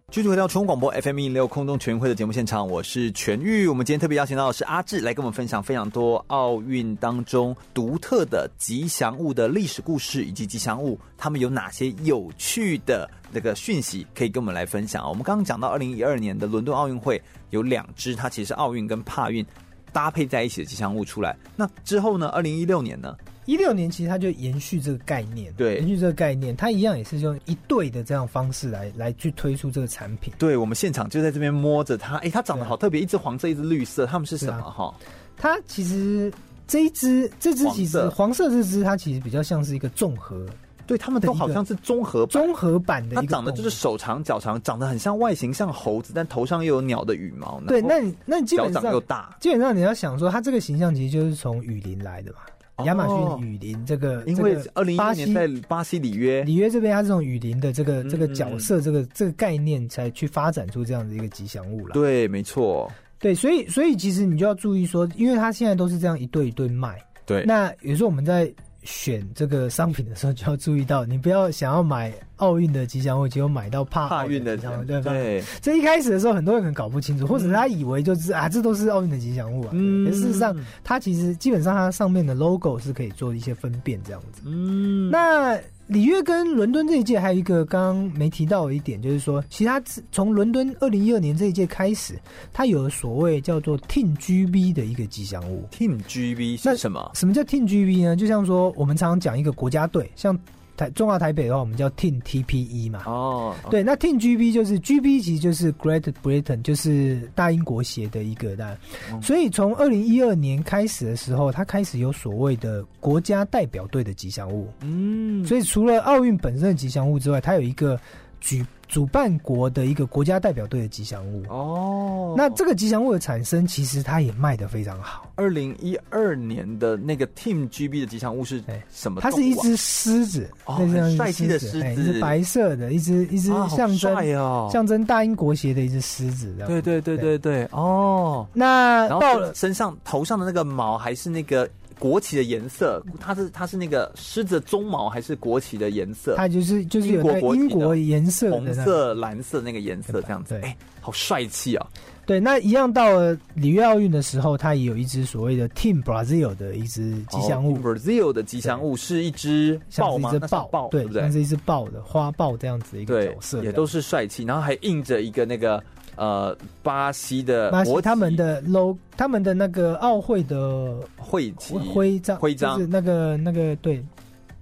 Speaker 2: 继续回到全国广播 FM 一六空中全运会的节目现场，我是全玉。我们今天特别邀请到的是阿志来跟我们分享非常多奥运当中独特的吉祥物的历史故事，以及吉祥物他们有哪些有趣的那个讯息可以跟我们来分享啊。我们刚刚讲到二零一二年的伦敦奥运会有两支，它其实是奥运跟帕运搭配在一起的吉祥物出来。那之后呢？二零一六年呢？
Speaker 3: 一六年其实它就延续这个概念，
Speaker 2: 对
Speaker 3: 延续这个概念，它一样也是用一对的这样方式来来去推出这个产品。
Speaker 2: 对，我们现场就在这边摸着它，诶，它长得好特别，一只黄色，一只绿色，它们是什么？
Speaker 3: 对啊
Speaker 2: 哈、
Speaker 3: 它其实这一只这只其实
Speaker 2: 黄色
Speaker 3: 黄色这只它其实比较像是一个综合
Speaker 2: 对，它们都好像是综合版。
Speaker 3: 综合版的
Speaker 2: 它
Speaker 3: 一个
Speaker 2: 长得就是
Speaker 3: 动物
Speaker 2: 手长脚长，长得很像外形像猴子，但头上又有鸟的羽毛。
Speaker 3: 对，
Speaker 2: 然后
Speaker 3: 那你那你基
Speaker 2: 脚
Speaker 3: 本
Speaker 2: 掌又
Speaker 3: 上
Speaker 2: 大，
Speaker 3: 基本上你要想说，它这个形象其实就是从雨林来的
Speaker 2: 哦
Speaker 3: 嘛，亚马逊雨林这个，
Speaker 2: 因为
Speaker 3: 这个
Speaker 2: 二零一
Speaker 3: 巴
Speaker 2: 一
Speaker 3: 西
Speaker 2: 年在巴西里约，
Speaker 3: 里约这边它这种雨林的这个这个
Speaker 2: 嗯
Speaker 3: 角色，这个这个概念才去发展出这样的一个吉祥物啦。
Speaker 2: 对，没错，
Speaker 3: 对，所以所以其实你就要注意说，因为它现在都是这样一对一对卖，
Speaker 2: 对，
Speaker 3: 那有时候我们在选这个商品的时候就要注意到，你不要想要买奥运的吉祥物，结果买到帕
Speaker 2: 帕
Speaker 3: 奥
Speaker 2: 运的
Speaker 3: 吉祥物，对吧？
Speaker 2: 对，
Speaker 3: 这一开始的时候，很多人可能搞不清楚，或者他以为就是啊，这都是奥运的吉祥物啊。
Speaker 2: 嗯
Speaker 3: 嗯，可是事实上，它其实基本上它上面的 logo 是可以做一些分辨这样子。
Speaker 2: 嗯，
Speaker 3: 那里约跟伦敦这一届还有一个刚刚没提到的一点，就是说，其他从伦敦二零一二年这一届开始，它有所谓叫做 Team GB 的一个吉祥物。
Speaker 2: Team GB 是
Speaker 3: 那
Speaker 2: 什么？
Speaker 3: 什么叫 Team GB 呢？就像说我们常常讲一个国家队，像台中华台北的话，我们叫 Team TPE 嘛。
Speaker 2: 哦，
Speaker 3: 对，那 Team GB 就是 GB，其实就是 Great Britain，就是大英国协的一个那，
Speaker 2: 嗯
Speaker 3: 所以从二零一二年开始的时候，它开始有所谓的国家代表队的吉祥物。
Speaker 2: 嗯，
Speaker 3: 所以除了奥运本身的吉祥物之外，它有一个举主办国的一个国家代表队的吉祥物。
Speaker 2: 哦，
Speaker 3: 那这个吉祥物的产生，其实它也卖得非常好。
Speaker 2: 二零一二年的那个 Team GB 的吉祥物是
Speaker 3: 对
Speaker 2: 什么动
Speaker 3: 它
Speaker 2: 物啊？
Speaker 3: 是一只狮子，
Speaker 2: 哦
Speaker 3: 那
Speaker 2: 很
Speaker 3: 像
Speaker 2: 帅气的狮
Speaker 3: 哎
Speaker 2: 子
Speaker 3: 是白色的，一只一只
Speaker 2: 啊好
Speaker 3: 象征、
Speaker 2: 帅哦，
Speaker 3: 象征大英国协的一只狮子。这样
Speaker 2: 对对对对对，哦，
Speaker 3: 那
Speaker 2: 然
Speaker 3: 呃到
Speaker 2: 后
Speaker 3: 了
Speaker 2: 身上头上的那个毛还是那个国旗的颜色，它是它是那个狮子的鬃毛还是国旗的颜色？
Speaker 3: 它就是就是
Speaker 2: 英
Speaker 3: 有
Speaker 2: 国
Speaker 3: 那
Speaker 2: 国旗
Speaker 3: 英国
Speaker 2: 的
Speaker 3: 颜色的
Speaker 2: 红
Speaker 3: 那种
Speaker 2: 色、蓝色那个颜色这样子，
Speaker 3: 对
Speaker 2: 哎，好帅气啊！
Speaker 3: 对，那一样到了里约奥运的时候，它也有一只所谓的 Team Brazil 的一只吉祥物
Speaker 2: 哦，Brazil 的吉祥物是一只
Speaker 3: 像
Speaker 2: 豹
Speaker 3: 是一
Speaker 2: 吗？
Speaker 3: 只
Speaker 2: 那是
Speaker 3: 豹，
Speaker 2: 豹
Speaker 3: 对
Speaker 2: 不，对
Speaker 3: 像？是一只豹的花豹这样子的一个
Speaker 2: 对
Speaker 3: 角色，，
Speaker 2: 也都
Speaker 3: 是
Speaker 2: 是帅气，然后还印着一个那个呃巴西的
Speaker 3: 巴西
Speaker 2: 国
Speaker 3: 他们的 logo，他们的那个奥会的
Speaker 2: 会旗
Speaker 3: 徽章，
Speaker 2: 徽章
Speaker 3: 就是那个那个对，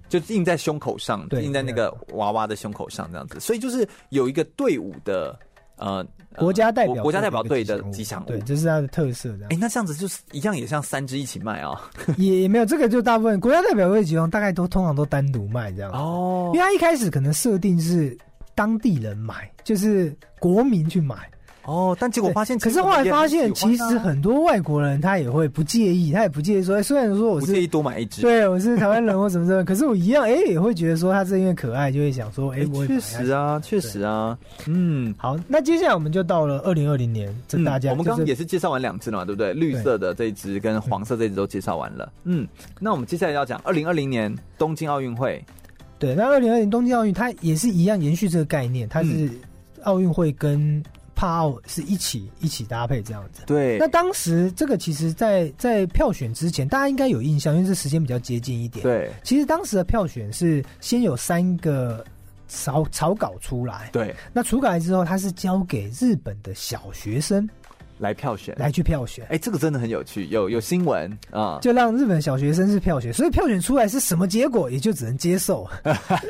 Speaker 2: 就印在胸口上，
Speaker 3: 对啊
Speaker 2: 印在那个娃娃的胸口上这样子，所以就是有一个队伍的呃呃
Speaker 3: 国家代表
Speaker 2: 国国家代表队
Speaker 3: 的
Speaker 2: 的
Speaker 3: 那个
Speaker 2: 吉祥物
Speaker 3: 对，。这是它的特色的。
Speaker 2: 哎、那这样子就是一样，也像三只一起卖啊。
Speaker 3: 也没有这个，就大部分国家代表会集团大概都通常都单独卖这样。
Speaker 2: 哦，
Speaker 3: 因为他一开始可能设定是当地人买，就是国民去买。
Speaker 2: 哦，但结果发现
Speaker 3: 可
Speaker 2: 其
Speaker 3: 是
Speaker 2: 实
Speaker 3: 后来发现，
Speaker 2: 我们也
Speaker 3: 其
Speaker 2: 很喜欢啊
Speaker 3: 实很多外国人他也会不介意，他也不介意说，哎虽然说我
Speaker 2: 不
Speaker 3: 是
Speaker 2: [laughs] 介意多买一只。
Speaker 3: 对我是台湾人或什么什么，可是我一样哎、也会觉得说他是因为可爱，就会想说哎、
Speaker 2: 哎，
Speaker 3: 我也买
Speaker 2: 确
Speaker 3: 一
Speaker 2: 实
Speaker 3: 下。
Speaker 2: 啊，确实啊，嗯，
Speaker 3: 好，那接下来我们就到了二零二零年，这
Speaker 2: 嗯
Speaker 3: 大家、
Speaker 2: 我们刚
Speaker 3: 就
Speaker 2: 刚
Speaker 3: 是
Speaker 2: 也是介绍完两只了嘛，对不对？绿色的这一只跟黄色这一只都介绍完了。嗯，那我们接下来要讲二零二零年东京奥运会。
Speaker 3: 对，那二零二零东京奥运它也是一样延续这个概念，它
Speaker 2: 嗯
Speaker 3: 是奥运会跟帕奥是一起一起搭配这样子。
Speaker 2: 对
Speaker 3: 那当时这个其实在，在票选之前，大家应该有印象，因为这时间比较接近一点。，
Speaker 2: 对
Speaker 3: 其实当时的票选是先有三个草草稿出来，
Speaker 2: 对，
Speaker 3: 那初稿来之后，它是交给日本的小学生
Speaker 2: 来票选。
Speaker 3: 来去票选。
Speaker 2: 哎，这个真的很有趣，有有新闻啊，
Speaker 3: 就让日本小学生是票选，所以票选出来是什么结果，也就只能
Speaker 2: [laughs]
Speaker 3: 接受。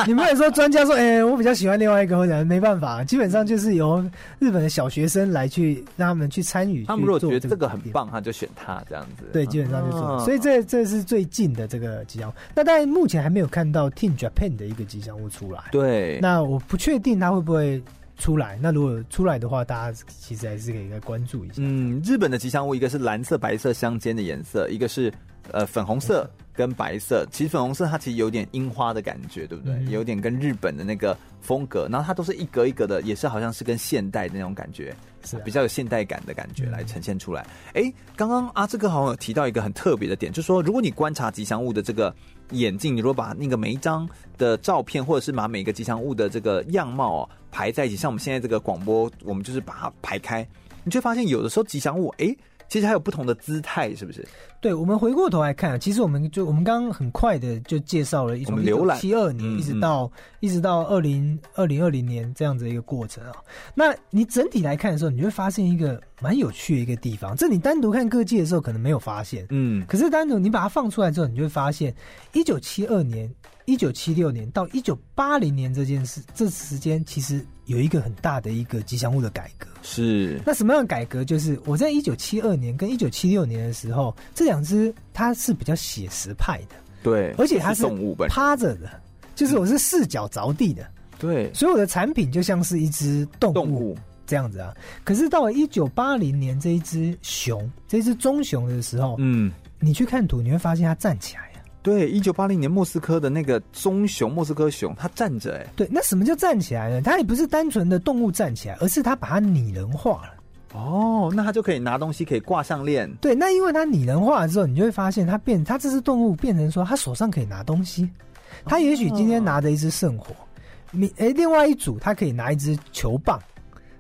Speaker 3: 你不能说专家说，哎、我比较喜欢另外一个，或者没办法，基本上就是由日本的小学生来去让他们去参与。
Speaker 2: 他们如果觉得这
Speaker 3: 这
Speaker 2: 个很，棒，他就选它这样子。
Speaker 3: 对，基本上就是。
Speaker 2: 啊
Speaker 3: 所以这这是最近的这个吉祥物。那但目前还没有看到 Team Japan 的一个吉祥物出来。
Speaker 2: 对，
Speaker 3: 那我不确定它会不会出来。那如果出来的话，大家其实还是可以再关注一下。
Speaker 2: 嗯，日本的吉祥物一个是蓝色、白色相间的颜色，一个是呃粉红色跟白色。其实粉红色它其实有点樱花的感觉，对不对？
Speaker 3: 嗯
Speaker 2: 有点跟日本的那个风格，然后它都是一格一格的，也是好像是跟现代的那种感觉，
Speaker 3: 是啊
Speaker 2: 比较有现代感的感觉来呈现出来。哎、刚刚阿志哥好像有提到一个很特别的点，就是说如果你观察吉祥物的这个。眼镜，你如果把那个每一张的照片，或者是把每个吉祥物的这个样貌哦排在一起，像我们现在这个广播，我们就是把它排开，你就会发现有的时候吉祥物，哎、其实还有不同的姿态，是不是？
Speaker 3: 对，我们回过头来看啊，其实我们就我们刚刚很快的就介绍了一
Speaker 2: 我
Speaker 3: 从
Speaker 2: 们浏览
Speaker 3: 七二年
Speaker 2: 嗯
Speaker 3: 一直到、一直到二零二零二零年这样子的一个过程啊。那你整体来看的时候，你会发现一个蛮有趣的一个地方，这你单独看各界的时候可能没有发现，
Speaker 2: 嗯，
Speaker 3: 可是单独你把它放出来之后，你就会发现，一九七二年、一九七六年到一九八零年这件事，这时间其实有一个很大的一个吉祥物的改革。
Speaker 2: 是
Speaker 3: 那什么样的改革？就是我在一九七二年跟一九七六年的时候，这两只它是比较写实派的，
Speaker 2: 对，
Speaker 3: 而且它
Speaker 2: 是动物本身，
Speaker 3: 趴着的，就是我是四脚着地的，
Speaker 2: 对，
Speaker 3: 所以我的产品就像是一只动
Speaker 2: 动
Speaker 3: 物
Speaker 2: 物，
Speaker 3: 这样子啊。可是到了一九八零年这一只熊，这只棕熊的时候，
Speaker 2: 嗯，
Speaker 3: 你去看图，你会发现它站起来了。
Speaker 2: 对，一九八零年莫斯科的那个棕熊，莫斯科熊，它站着，哎，
Speaker 3: 对，那什么叫站起来呢？它也不是单纯的动物站起来，而是它把它拟人化了。
Speaker 2: 哦，那它就可以拿东西，可以挂项链，
Speaker 3: 对，那因为它拟人化了之后，你就会发现它变，它这只动物变成说，它手上可以拿东西。它也许今天拿着一只圣火，你诶，另外一组它可以拿一支球棒，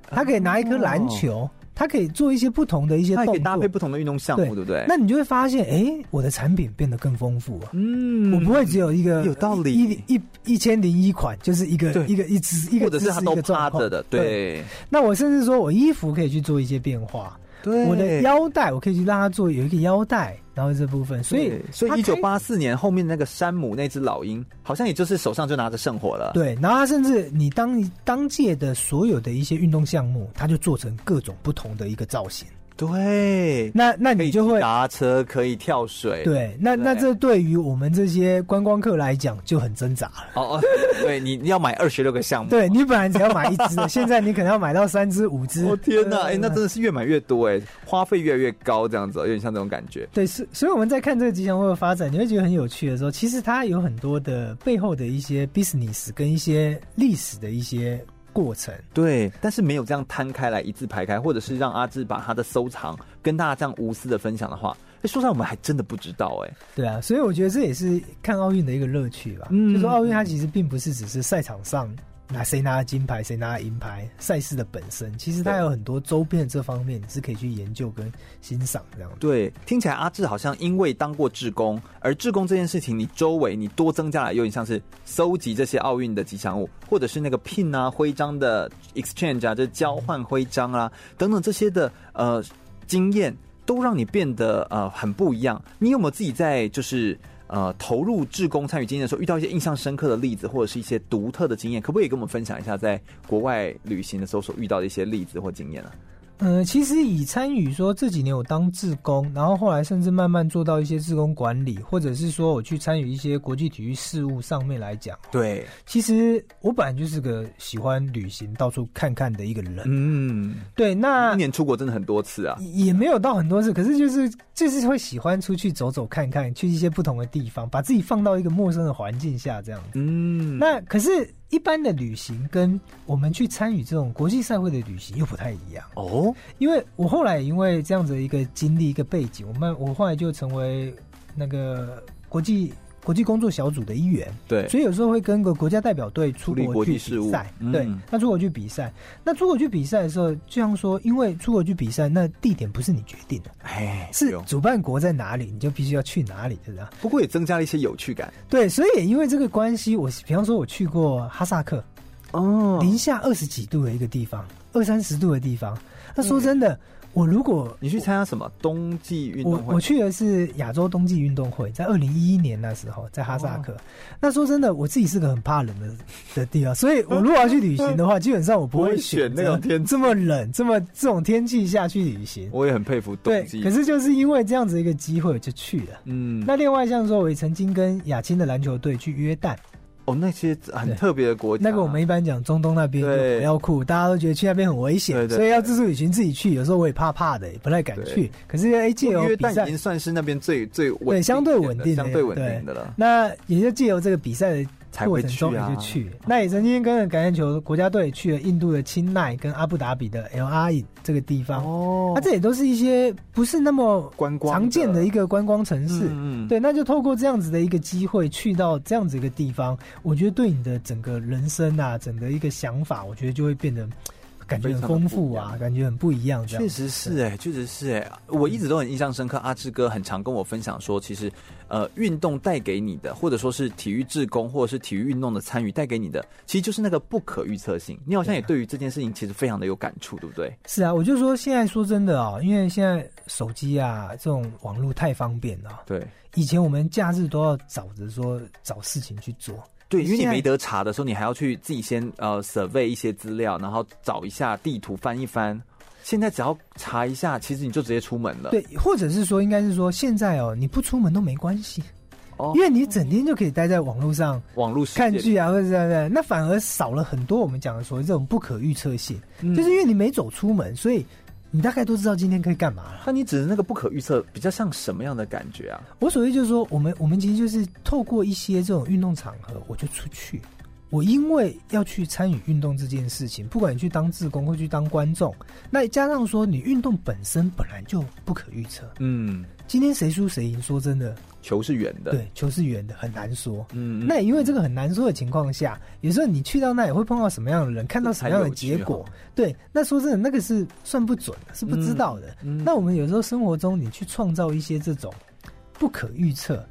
Speaker 3: 它可以拿一颗篮球，它可以做一些不同的一些
Speaker 2: 它也可以
Speaker 3: 动
Speaker 2: 搭配
Speaker 3: 作。
Speaker 2: 不同的运动项目，对不对？
Speaker 3: 那你就会发现，诶，我的产品变得更丰富啊。
Speaker 2: 嗯
Speaker 3: 我不会只有一个
Speaker 2: 有道理
Speaker 3: 一一一千零一款，就是一个
Speaker 2: 对
Speaker 3: 一个一只一个
Speaker 2: 或者是它
Speaker 3: 姿势
Speaker 2: 都
Speaker 3: 一个状
Speaker 2: 趴
Speaker 3: 况
Speaker 2: 着的，对，
Speaker 3: 那我甚至说我衣服可以去做一些变化，
Speaker 2: 对
Speaker 3: 我的腰带我可以去让它做有一个腰带，然后这部分，所以
Speaker 2: 对所以
Speaker 3: 它
Speaker 2: 一
Speaker 3: 开
Speaker 2: 九八四年后面那个山姆那只老鹰，好像也就是手上就拿着圣火了，，
Speaker 3: 对，然后它甚至你当当届的所有的一些运动项目，它就做成各种不同的一个造型，
Speaker 2: 对，
Speaker 3: 那那
Speaker 2: 嗯可以
Speaker 3: 你就会。
Speaker 2: 搭车，可以跳水，
Speaker 3: 对，那那
Speaker 2: 对
Speaker 3: 这对于我们这些观光客来讲就很挣扎了。
Speaker 2: 哦哦，对，你你要买二十六个项目。
Speaker 3: 对你本来只要买一只的，现在你可能要买到三只、五
Speaker 2: [laughs]
Speaker 3: 只。
Speaker 2: 我、天哪，哎、
Speaker 3: 对
Speaker 2: 那真的是越买越多哎、花费越来越高，这样子哦，有点像这种感觉。
Speaker 3: 对，所所以我们在看这个吉祥物的发展，你会觉得很有趣的时候，其实它有很多的背后的一些 business 跟一些历史的一些过程。
Speaker 2: 对，但是没有这样摊开来一字排开，或者是让阿志把他的收藏跟大家这样无私的分享的话，哎说实在我们还真的不知道哎、
Speaker 3: 对啊，所以我觉得这也是看奥运的一个乐趣吧。
Speaker 2: 嗯
Speaker 3: 就说奥运它其实并不是只是赛场上拿谁拿了金牌，谁拿了银牌，赛事的本身，其实它有很多周边的这方面，你是可以去研究跟欣赏这样的。
Speaker 2: 对，听起来阿志好像因为当过志工，而志工这件事情，你周围你多增加了，有点像是搜集这些奥运的吉祥物，或者是那个 pin 啊、徽章的 exchange 啊，就是交换徽章啊等等这些的呃经验，都让你变得呃很不一样。你有没有自己在就是？呃，投入志工参与经验的时候，遇到一些印象深刻的例子，或者是一些独特的经验，可不可以跟我们分享一下，在国外旅行的时候所遇到的一些例子或经验啊？
Speaker 3: 嗯，其实以参与说这几年我当志工，然后后来甚至慢慢做到一些志工管理，或者是说我去参与一些国际体育事务上面来讲，
Speaker 2: 对，
Speaker 3: 其实我本来就是个喜欢旅行、到处看看的一个人。
Speaker 2: 嗯，
Speaker 3: 对，那
Speaker 2: 一年出国真的很多次啊，
Speaker 3: 也没有到很多次，可是就是就是会喜欢出去走走看看，去一些不同的地方，把自己放到一个陌生的环境下这样子。
Speaker 2: 嗯，
Speaker 3: 那可是，一般的旅行跟我们去参与这种国际赛会的旅行又不太一样，
Speaker 2: 哦，
Speaker 3: 因为我后来因为这样子的一个经历、一个背景，我们我后来就成为那个国际国际工作小组的一员，
Speaker 2: 对，
Speaker 3: 所以有时候会跟个国家代表队
Speaker 2: 处
Speaker 3: 出
Speaker 2: 理
Speaker 3: 国
Speaker 2: 国
Speaker 3: 去
Speaker 2: 际事务
Speaker 3: 比赛，
Speaker 2: 嗯
Speaker 3: 对，那出国去比赛，那出国去比赛的时候，就像说，因为出国去比赛，那地点不是你决定的，
Speaker 2: 哎，
Speaker 3: 是
Speaker 2: 有
Speaker 3: 主办国在哪里，你就必须要去哪里，就这样。
Speaker 2: 不过也增加了一些有趣感
Speaker 3: 对，所以也因为这个关系，我比方说我去过哈萨克，
Speaker 2: 哦
Speaker 3: 零下二十几度的一个地方，二三十度的地方。那说真的，我如果
Speaker 2: 你去参加什么冬季运
Speaker 3: 我
Speaker 2: 动会？
Speaker 3: 我去的是亚洲冬季运动会，在二零一一年那时候，在哈萨
Speaker 2: 哦
Speaker 3: 克。那说真的，我自己是个很怕冷的的地方，所以我如果要去旅行的
Speaker 2: [laughs]
Speaker 3: 话，基本上我不
Speaker 2: 不会
Speaker 3: 会
Speaker 2: 选那
Speaker 3: 择
Speaker 2: 种天气
Speaker 3: 这么冷、这么这种天气下去旅行。
Speaker 2: 我也很佩服冬
Speaker 3: 对
Speaker 2: 季，，
Speaker 3: 可是就是因为这样子一个机会，我就去了。
Speaker 2: 嗯，
Speaker 3: 那另外像说，我也曾经跟亚青的篮球队去约旦，
Speaker 2: 哦那些很
Speaker 3: 对
Speaker 2: 特别的国家，
Speaker 3: 那个我们一般讲中东那边
Speaker 2: 对
Speaker 3: 有火药库，大家都觉得去那边很危险，
Speaker 2: 对对
Speaker 3: 所以要自助旅行自己去，有时候我也怕怕的，也不太敢去
Speaker 2: 对。
Speaker 3: 可是哎，借由
Speaker 2: 约
Speaker 3: 比
Speaker 2: 旦已
Speaker 3: 赛
Speaker 2: 经，算是那边最最稳定
Speaker 3: 对
Speaker 2: 的
Speaker 3: 相对稳定的，
Speaker 2: 相对稳定的了
Speaker 3: 对。那也就借由这个比赛
Speaker 2: 才
Speaker 3: 的过
Speaker 2: 会
Speaker 3: 程
Speaker 2: 去
Speaker 3: 中，也
Speaker 2: 啊
Speaker 3: 就去。那也曾经跟橄榄球国家队去了印度的钦奈跟阿布达比的 L R 这个地方，
Speaker 2: 哦
Speaker 3: 那啊这也都是一些不是那么
Speaker 2: 观光的
Speaker 3: 常见的一个观光城市。
Speaker 2: 嗯嗯
Speaker 3: 对，那就透过这样子的一个机会去到这样子一个地方，我觉得对你的整个人生啊，整个一个想法，我觉得就会变得感觉
Speaker 2: 非
Speaker 3: 很
Speaker 2: 常的
Speaker 3: 丰
Speaker 2: 不
Speaker 3: 富
Speaker 2: 一
Speaker 3: 啊
Speaker 2: 样，
Speaker 3: 感觉很不一样。这样
Speaker 2: 确实是哎、确实是哎、我一直都很印象深刻。阿志哥很常跟我分享说，其实，呃，运动带给你的，或者说是体育志工，或者是体育运动的参与带给你的，其实就是那个不可预测性。你好像也对于这件事情其实非常的有感触，对不对？
Speaker 3: 是啊，我就说现在说真的啊、因为现在手机啊这种网络太方便了、
Speaker 2: 对
Speaker 3: 以前我们假日都要找着说找事情去做，
Speaker 2: 对，因为你
Speaker 3: 现在
Speaker 2: 没得查的时候，你还要去自己先呃 survey 一些资料，然后找一下地图翻一翻。现在只要查一下，其实你就直接出门了。
Speaker 3: 对，或者是说应该是说现在哦，你不出门都没关系，
Speaker 2: 哦，
Speaker 3: 因为你整天就可以待在网络上
Speaker 2: 网络世界
Speaker 3: 看
Speaker 2: 里
Speaker 3: 剧啊，或者这样这样，那反而少了很多我们讲的所谓这种不可预测性，就是因为你没走出门，所以你大概都知道今天可以干嘛了。
Speaker 2: 那你指的那个不可预测，比较像什么样的感觉啊？
Speaker 3: 我所谓就是说，我们我们其实就是透过一些这种运动场合，我就出去。我因为要去参与运动这件事情，不管你去当志工或去当观众，那加上说你运动本身本来就不可预测，
Speaker 2: 嗯，
Speaker 3: 今天谁输谁赢，说真的，
Speaker 2: 球是圆的，
Speaker 3: 对，球是圆的，很难说。
Speaker 2: 嗯，嗯
Speaker 3: 那也因为这个很难说的情况下，有时候你去到那里会碰到什么样的人，看到什么样的结果，
Speaker 2: 嗯
Speaker 3: 对，那说真的，那个是算不准的，是不知道的。
Speaker 2: 嗯嗯
Speaker 3: 那我们有时候生活中，你去创造一些这种不可预测，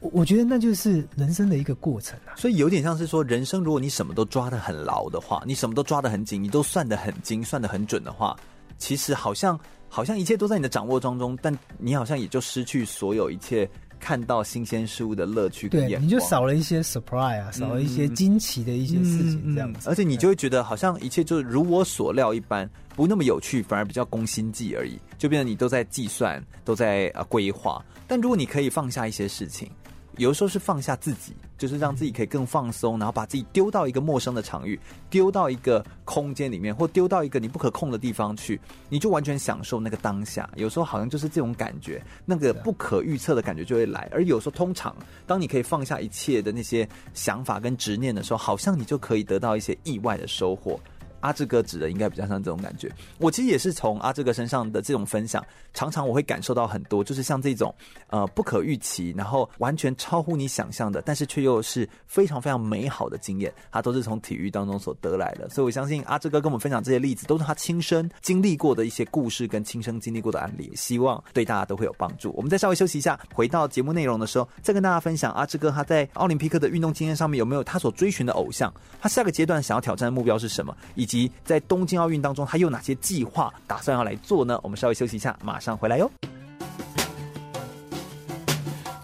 Speaker 3: 我我觉得那就是人生的一个过程啊。
Speaker 2: 所以有点像是说，人生如果你什么都抓得很牢的话，你什么都抓得很紧，你都算得很精，算得很准的话，其实好像好像一切都在你的掌握当中，但你好像也就失去所有一切看到新鲜事物的乐趣跟
Speaker 3: 对，
Speaker 2: 眼
Speaker 3: 你就
Speaker 2: 光
Speaker 3: 少了一些 surprise 啊，少了一些惊奇的一些事情，这样
Speaker 2: 嗯
Speaker 3: 子。
Speaker 2: 而且你就会觉得好像一切就是如我所料一般，不那么有趣，反而比较攻心计而已，就变得你都在计算，都在呃规划。但如果你可以放下一些事情，有的时候是放下自己，就是让自己可以更放松，然后把自己丢到一个陌生的场域，丢到一个空间里面，或丢到一个你不可控的地方去，你就完全享受那个当下。有时候好像就是这种感觉，那个不可预测的感觉就会来。而有时候，通常当你可以放下一切的那些想法跟执念的时候，好像你就可以得到一些意外的收获。阿志哥指的应该比较像这种感觉。我其实也是从阿志哥身上的这种分享，常常我会感受到很多，就是像这种呃不可预期，然后完全超乎你想象的，但是却又是非常非常美好的经验，他都是从体育当中所得来的。所以我相信阿志哥跟我们分享这些例子，都是他亲身经历过的一些故事跟亲身经历过的案例，希望对大家都会有帮助。我们再稍微休息一下，回到节目内容的时候，再跟大家分享阿志哥他在奥林匹克的运动经验上面有没有他所追寻的偶像，他下个阶段想要挑战的目标是什么，以及在东京奥运当中他有哪些计划打算要来做呢？我们稍微休息一下，马上回来哟。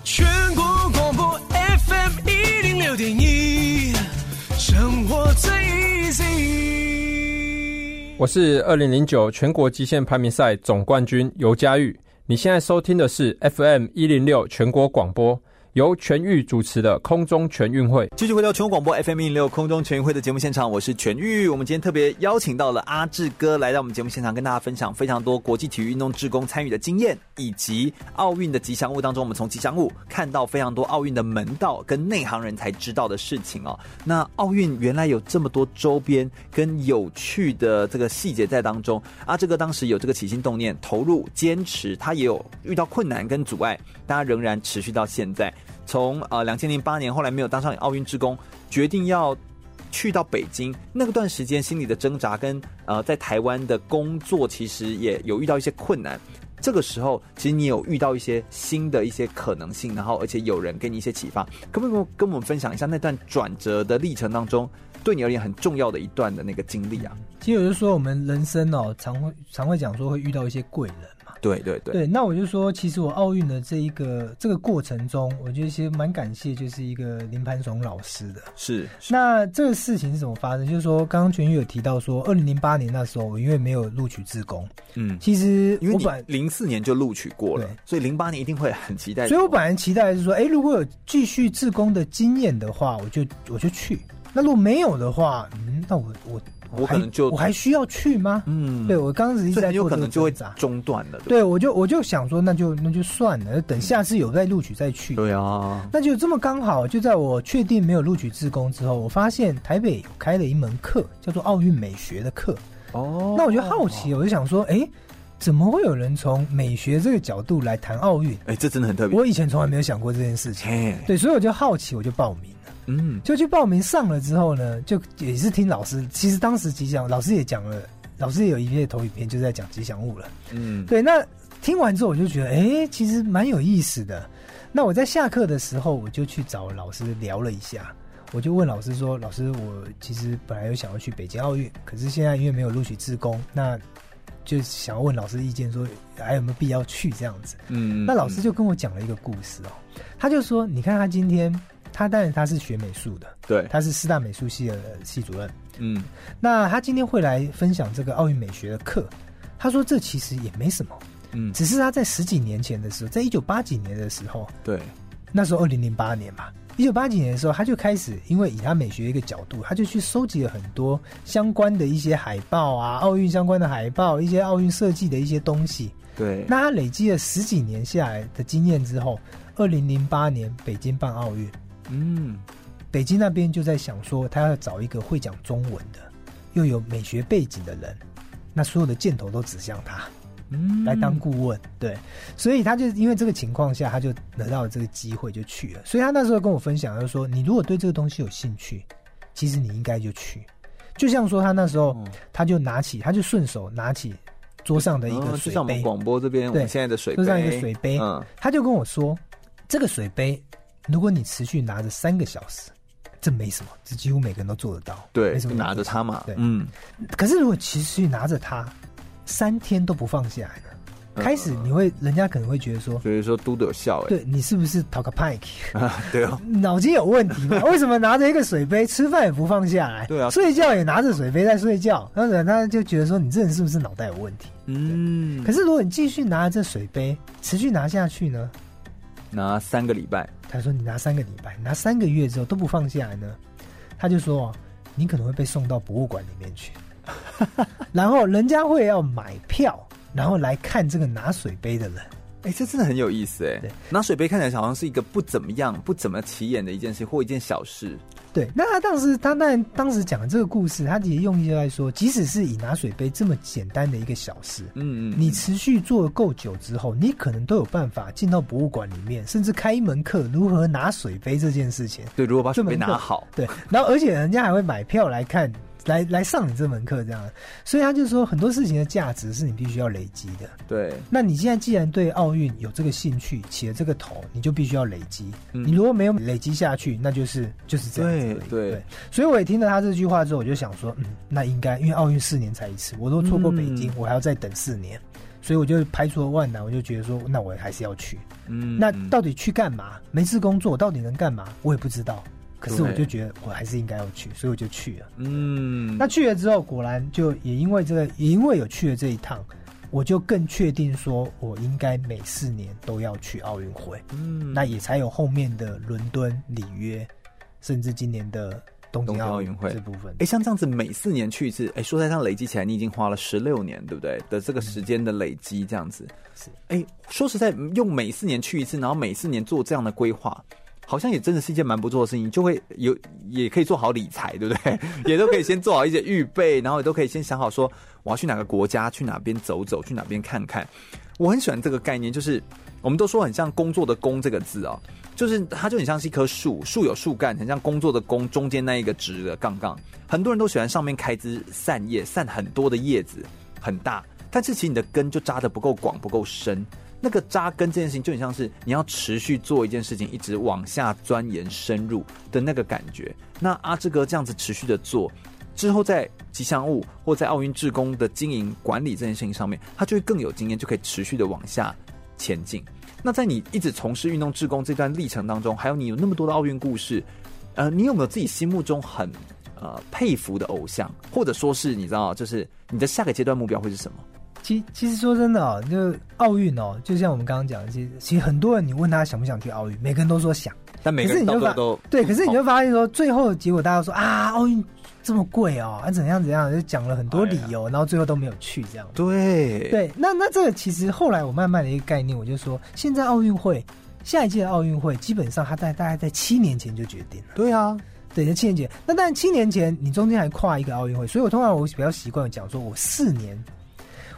Speaker 4: 全国广播 FM 一零六点一，生活最 easy。
Speaker 11: 我是二零零九全国极限排名赛总冠军尤佳玉。你现在收听的是 FM 一零六全国广播，由全域主持的空中全运会。
Speaker 2: 继续回到全国广播 FM 一零六空中全运会的节目现场，我是全玉。我们今天特别邀请到了阿志哥来到我们节目现场，跟大家分享非常多国际体育运动志工参与的经验，以及奥运的吉祥物当中，我们从吉祥物看到非常多奥运的门道跟内行人才知道的事情哦。那奥运原来有这么多周边跟有趣的这个细节在当中，阿志哥当时有这个起心动念，投入坚持，他也有遇到困难跟阻碍，但他仍然持续到现在。从呃两千零八年后来没有当上奥运职工，决定要去到北京那个段时间，心里的挣扎跟呃在台湾的工作其实也有遇到一些困难。这个时候，其实你有遇到一些新的一些可能性，然后而且有人给你一些启发，可不可以跟我们分享一下那段转折的历程当中，对你而言很重要的一段的那个经历啊？
Speaker 3: 其实有的时候我们人生哦，常会常会讲说会遇到一些贵人嘛。
Speaker 2: 对对对，
Speaker 3: 对，那我就说，其实我奥运的这一个这个过程中，我觉得其实蛮感谢，就是一个林盘雄老师的。
Speaker 2: 是
Speaker 3: 那这个事情是怎么发生？就是说，刚刚全宇有提到说，二零零八年那时候，我因为没有录取自工，
Speaker 2: 嗯，
Speaker 3: 其实
Speaker 2: 因为
Speaker 3: 我
Speaker 2: 你
Speaker 3: 本
Speaker 2: 零四年就录取过了
Speaker 3: 对，
Speaker 2: 所以零八年一定会很期待。
Speaker 3: 所以我本来期待是说，哎、如果有继续自工的经验的话，我就我就去；那如果没有的话，嗯，那我我
Speaker 2: 我可能就
Speaker 3: 我还需要去吗？
Speaker 2: 嗯，
Speaker 3: 对我刚刚只是
Speaker 2: 所以
Speaker 3: 在
Speaker 2: 很有
Speaker 3: 做
Speaker 2: 可
Speaker 3: 这
Speaker 2: 能
Speaker 3: 个
Speaker 2: 就会
Speaker 3: 挣扎
Speaker 2: 中断了。对
Speaker 3: 对，我就我就想说，那就那就算了，等下次有再录取再去。
Speaker 2: 对啊，
Speaker 3: 那就这么刚好，就在我确定没有录取自工之后，我发现台北有开了一门课，叫做奥运美学的课。
Speaker 2: 哦，
Speaker 3: 那我就好奇，我就想说，哎、怎么会有人从美学这个角度来谈奥运？
Speaker 2: 哎，这真的很特别。
Speaker 3: 我以前从来没有想过这件事情。
Speaker 2: 嘿，
Speaker 3: 对，所以我就好奇，我就报名了。
Speaker 2: 嗯，
Speaker 3: 就去报名上了之后呢，就也是听老师，其实当时吉祥老师也讲了，老师也有一页投影片就在讲吉祥物了。
Speaker 2: 嗯，
Speaker 3: 对，那听完之后我就觉得，哎、其实蛮有意思的。那我在下课的时候，我就去找老师聊了一下，我就问老师说：“老师，我其实本来有想要去北京奥运，可是现在因为没有录取自工，那就想要问老师意见说，还有没有必要去这样子？”
Speaker 2: 嗯
Speaker 3: 那老师就跟我讲了一个故事哦，他就说：“你看他今天，他当然他是学美术的，
Speaker 2: 对
Speaker 3: 他是师大美术系的系主任，
Speaker 2: 嗯，
Speaker 3: 那他今天会来分享这个奥运美学的课，他说这其实也没什么，
Speaker 2: 嗯，
Speaker 3: 只是他在十几年前的时候，在一九八几年的时候，
Speaker 2: 对，
Speaker 3: 那时候二零零八年嘛，一九八几年的时候，他就开始因为以他美学一个角度，他就去收集了很多相关的一些海报啊，奥运相关的海报，一些奥运设计的一些东西。
Speaker 2: 对，
Speaker 3: 那他累积了十几年下来的经验之后，二零零八年北京办奥运，
Speaker 2: 嗯，
Speaker 3: 北京那边就在想说，他要找一个会讲中文的，又有美学背景的人，那所有的箭头都指向他。
Speaker 2: 嗯
Speaker 3: 来当顾问，对，所以他就因为这个情况下，他就得到了这个机会就去了。所以他那时候跟我分享，他就说：“你如果对这个东西有兴趣，其实你应该就去。”就像说他那时候，
Speaker 2: 哦
Speaker 3: 他就拿起，他就顺手拿起桌上的一
Speaker 2: 嗯
Speaker 3: 个
Speaker 2: 就
Speaker 3: 水
Speaker 2: 像我们
Speaker 3: 杯，
Speaker 2: 广播这边我
Speaker 3: 对
Speaker 2: 们现在的水杯，
Speaker 3: 桌上一个水杯
Speaker 2: 嗯，
Speaker 3: 他就跟我说：“这个水杯，如果你持续拿着三个小时，这没什么，这几乎每个人都做得到。
Speaker 2: 对，
Speaker 3: 没什
Speaker 2: 就
Speaker 3: 么
Speaker 2: 拿
Speaker 3: 难度
Speaker 2: 着它嘛，
Speaker 3: 对，
Speaker 2: 嗯，
Speaker 3: 可是如果持续拿着它，三天都不放下来呢，
Speaker 2: 嗯
Speaker 3: 开始你会，人家可能会觉得说。”
Speaker 2: 所以说嘟的有效哎，
Speaker 3: 对你是不是讨个 pike？
Speaker 2: 啊，对哦，
Speaker 3: [laughs] 脑筋有问题吗？为什么拿着一个水杯吃饭也不放下来？
Speaker 2: 对啊
Speaker 3: 睡觉也拿着水杯在睡觉，那人他就觉得说你这人是不是脑袋有问题？
Speaker 2: 嗯，
Speaker 3: 可是如果你继续拿着这水杯持续拿下去呢？
Speaker 2: 拿三个礼拜，
Speaker 3: 他说你拿三个礼拜，拿三个月之后都不放下来呢，他就说哦你可能会被送到博物馆里面
Speaker 2: [laughs]
Speaker 3: 去，然后人家会要买票，然后来看这个拿水杯的人。
Speaker 2: 哎，这真的很有意思哎
Speaker 3: 对，
Speaker 2: 拿水杯看起来好像是一个不怎么样、不怎么起眼的一件事或一件小事，
Speaker 3: 对，那他当时他当然当时讲的这个故事，他其实用意就在说，即使是以拿水杯这么简单的一个小事，
Speaker 2: 嗯嗯，
Speaker 3: 你持续做得够久之后，你可能都有办法进到博物馆里面，甚至开一门课如何拿水杯这件事情。
Speaker 2: 对，如果把水
Speaker 3: 这门
Speaker 2: 杯
Speaker 3: 课
Speaker 2: 拿好，
Speaker 3: 对，然后而且人家还会买票来看，来来上你这门课这样，所以他就说很多事情的价值是你必须要累积的。
Speaker 2: 对，
Speaker 3: 那你现在既然对奥运有这个兴趣，起了这个头，你就必须要累积。
Speaker 2: 嗯
Speaker 3: 你如果没有累积下去，那就是就是这样子而
Speaker 2: 对
Speaker 3: 已。
Speaker 2: 对，
Speaker 3: 所以我也听了他这句话之后，我就想说，嗯，那应该因为奥运四年才一次，我都错过北京，
Speaker 2: 嗯
Speaker 3: 我还要再等四年，所以我就排除了万难，我就觉得说，那我还是要去。
Speaker 2: 嗯
Speaker 3: 那
Speaker 2: 嗯
Speaker 3: 到底去干嘛？没事工作，到底能干嘛？我也不知道。可是我
Speaker 2: 对
Speaker 3: 就觉得我还是应该要去，所以我就去了。
Speaker 2: 嗯，
Speaker 3: 那去了之后，果然就也因为这个，也因为有去了这一趟，我就更确定说，我应该每四年都要去奥运会。
Speaker 2: 嗯
Speaker 3: 那也才有后面的伦敦、里约，甚至今年的东
Speaker 2: 东
Speaker 3: 京
Speaker 2: 京奥
Speaker 3: 奥
Speaker 2: 运会
Speaker 3: 这部分。
Speaker 2: 哎，像这样子每四年去一次，哎，说在上累积起来，你已经花了十六年，对不对？的这个时间的累积，这样子
Speaker 3: 是。
Speaker 2: 哎，说实在，用每四年去一次，然后每四年做这样的规划。好像也真的是一件蛮不错的事情，就会有也可以做好理财，对不对？ [laughs] 也都可以先做好一些预备，然后也都可以先想好说我要去哪个国家，去哪边走走，去哪边看看。我很喜欢这个概念，就是我们都说很像工作的“工”这个字哦，就是它就很像是一棵树，树有树干，很像工作的“工”中间那一个直的杠杠。很多人都喜欢上面开枝散叶，散很多的叶子，很大，但是其实你的根就扎的不够广，不够深。那个扎根这件事情，就很像是你要持续做一件事情，一直往下钻研深入的那个感觉。那阿志哥这样子持续的做，之后在吉祥物或在奥运志工的经营管理这件事情上面，他就会更有经验，就可以持续的往下前进。那在你一直从事运动志工这段历程当中，还有你有那么多的奥运故事，呃，你有没有自己心目中很呃佩服的偶像，或者说是你知道，就是你的下个阶段目标会是什么？
Speaker 3: 其其实说真的哦，就奥运哦，就像我们刚刚讲的，其实其实很多人你问他想不想去奥运，每个人都说想，
Speaker 2: 但每个
Speaker 3: 可
Speaker 2: 人
Speaker 3: 是你
Speaker 2: 到
Speaker 3: 就
Speaker 2: 最
Speaker 3: 发
Speaker 2: 后都
Speaker 3: 对，可是你就发现说，最后的结果大家说啊，奥运这么贵哦，啊怎样怎样，就讲了很多理由，然后最后都没有去这样。
Speaker 2: 对
Speaker 3: 对，那那这个其实后来我慢慢的一个概念，我就说，现在奥运会下一届的奥运会，基本上它在大概在七年前就决定了。
Speaker 2: 对啊，
Speaker 3: 对，在七年前。那但七年前你中间还跨一个奥运会，所以我通常我比较习惯讲说，我四年，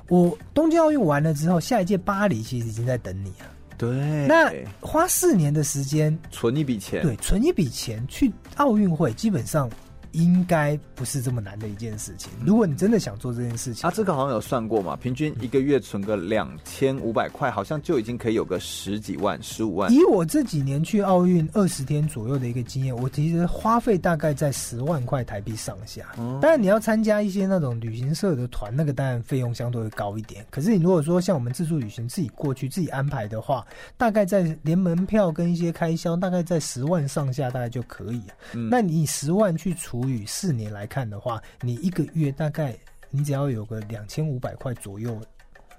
Speaker 3: 我东京奥运完了之后，下一届巴黎其实已经在等你了。
Speaker 2: 对，
Speaker 3: 那花四年的时间，
Speaker 2: 存一笔钱，
Speaker 3: 对，存一笔钱去奥运会，基本上应该不是这么难的一件事情。如果你真的想做这件事情，
Speaker 2: 啊，这个好像有算过嘛，平均一个月存个两千五百块，好像就已经可以有个十几万、十五万。
Speaker 3: 以我这几年去奥运二十天左右的一个经验，我其实花费大概在十万块台币上下。当然你要参加一些那种旅行社的团，那个当然费用相对会高一点。可是你如果说像我们自助旅行自己过去自己安排的话，大概在连门票跟一些开销，大概在十万上下，大概就可以了。
Speaker 2: 嗯
Speaker 3: 那你十万去除以四年来看的话，你一个月大概你只要有个两千五百块左右。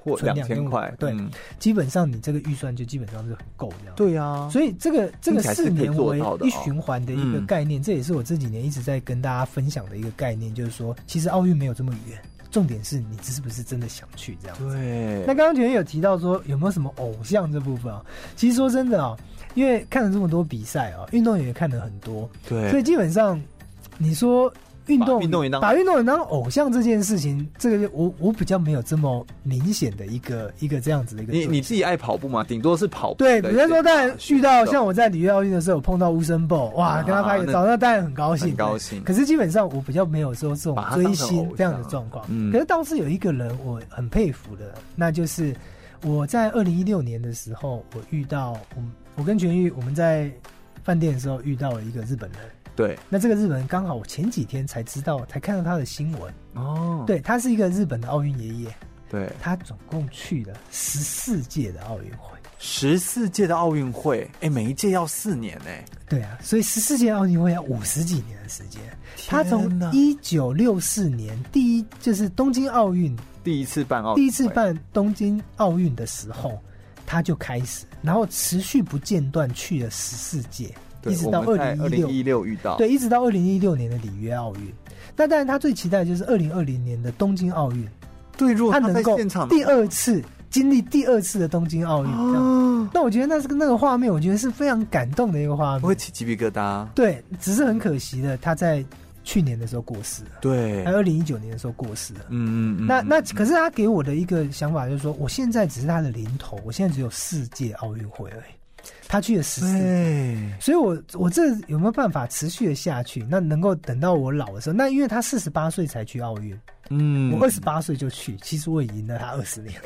Speaker 2: 或
Speaker 3: 存
Speaker 2: 2000块
Speaker 3: 对，
Speaker 2: 嗯
Speaker 3: 基本上你这个预算就基本上是很够这样。
Speaker 2: 对啊
Speaker 3: 所以这个这
Speaker 2: 听
Speaker 3: 个
Speaker 2: 起来是
Speaker 3: 四
Speaker 2: 可以
Speaker 3: 年
Speaker 2: 做
Speaker 3: 为
Speaker 2: 到的
Speaker 3: 一
Speaker 2: 哦
Speaker 3: 循环的一个
Speaker 2: 嗯
Speaker 3: 概念，这也是我这几年一直在跟大家分享的一个概念，就是说，其实奥运没有这么远，重点是你是不是真的想去这样子。
Speaker 2: 对
Speaker 3: 那刚刚前面有提到说有没有什么偶像这部分啊？其实说真的啊，因为看了这么多比赛啊，运动员也看了很多，
Speaker 2: 对
Speaker 3: 所以基本上你说运动
Speaker 2: 把运动员当
Speaker 3: 把运动员当偶像这件事情，这个我我比较没有这么明显的一个一个这样子的一个
Speaker 2: 你
Speaker 3: 做
Speaker 2: 你自己爱跑步吗？顶多是跑步的一
Speaker 3: 对，
Speaker 2: 些。
Speaker 3: 比如说，当然遇到像
Speaker 2: 我
Speaker 3: 我在里约奥运的时候，有碰到乌森鲍，哇，
Speaker 2: 啊
Speaker 3: 跟他拍个照，
Speaker 2: 那
Speaker 3: 那当然很高兴，
Speaker 2: 很高兴
Speaker 3: 可是基本上我比较没有说这种
Speaker 2: 把他当
Speaker 3: 追
Speaker 2: 成
Speaker 3: 星
Speaker 2: 偶
Speaker 3: 这样的
Speaker 2: 像
Speaker 3: 状况。
Speaker 2: 嗯
Speaker 3: 可是倒是有一个人我很佩服的，那就是我在二零一六年的时候，我遇到我我跟全玉我们在饭店的时候遇到了一个日本人。
Speaker 2: 对
Speaker 3: 那这个日本人刚好我前几天才知道，才看到他的新闻。
Speaker 2: 哦，
Speaker 3: 对他是一个日本的奥运爷爷，
Speaker 2: 对，
Speaker 3: 他总共去了十四届的奥运会。
Speaker 2: 十四届的奥运会，哎，每一届要四年哎呢。
Speaker 3: 对啊，所以十四届奥运会要五十几年的时间。他
Speaker 2: 天
Speaker 3: 从
Speaker 2: 哪
Speaker 3: 一九六四年第一就是东京奥运
Speaker 2: 第一次办奥运会，
Speaker 3: 第一次办东京奥运的时候，他就开始，然后持续不间断去了十四届，
Speaker 2: 对，
Speaker 3: 一直到
Speaker 2: 我们
Speaker 3: 二
Speaker 2: 在
Speaker 3: 零
Speaker 2: 二
Speaker 3: 一
Speaker 2: 零
Speaker 3: 六
Speaker 2: 一六遇到，
Speaker 3: 对，一直到二零一六年的里约奥运。那当然，他最期待的就是二零二零年的东京奥运，
Speaker 2: 对，如果
Speaker 3: 他
Speaker 2: 哦他
Speaker 3: 能
Speaker 2: 在
Speaker 3: 够
Speaker 2: 现场
Speaker 3: 第二次经历第二次的东京奥运这
Speaker 2: 哦
Speaker 3: 样。那我觉得那是个那个画面，我觉得是非常感动的一个画面。
Speaker 2: 会起鸡皮疙瘩。
Speaker 3: 对，只是很可惜的，他在去年的时候过世了，
Speaker 2: 对，
Speaker 3: 还二零一九年的时候过世了。
Speaker 2: 嗯嗯嗯嗯。
Speaker 3: 那那可是他给我的一个想法就是说，我现在只是他的零头，我现在只有世界奥运会而已，他去了十四
Speaker 2: 对，
Speaker 3: 所以我我这有没有办法持续的下去？那能够等到我老的时候，那因为他四十八岁才去奥运，
Speaker 2: 嗯，
Speaker 3: 我二十八岁就去，其实我也赢了他二十年。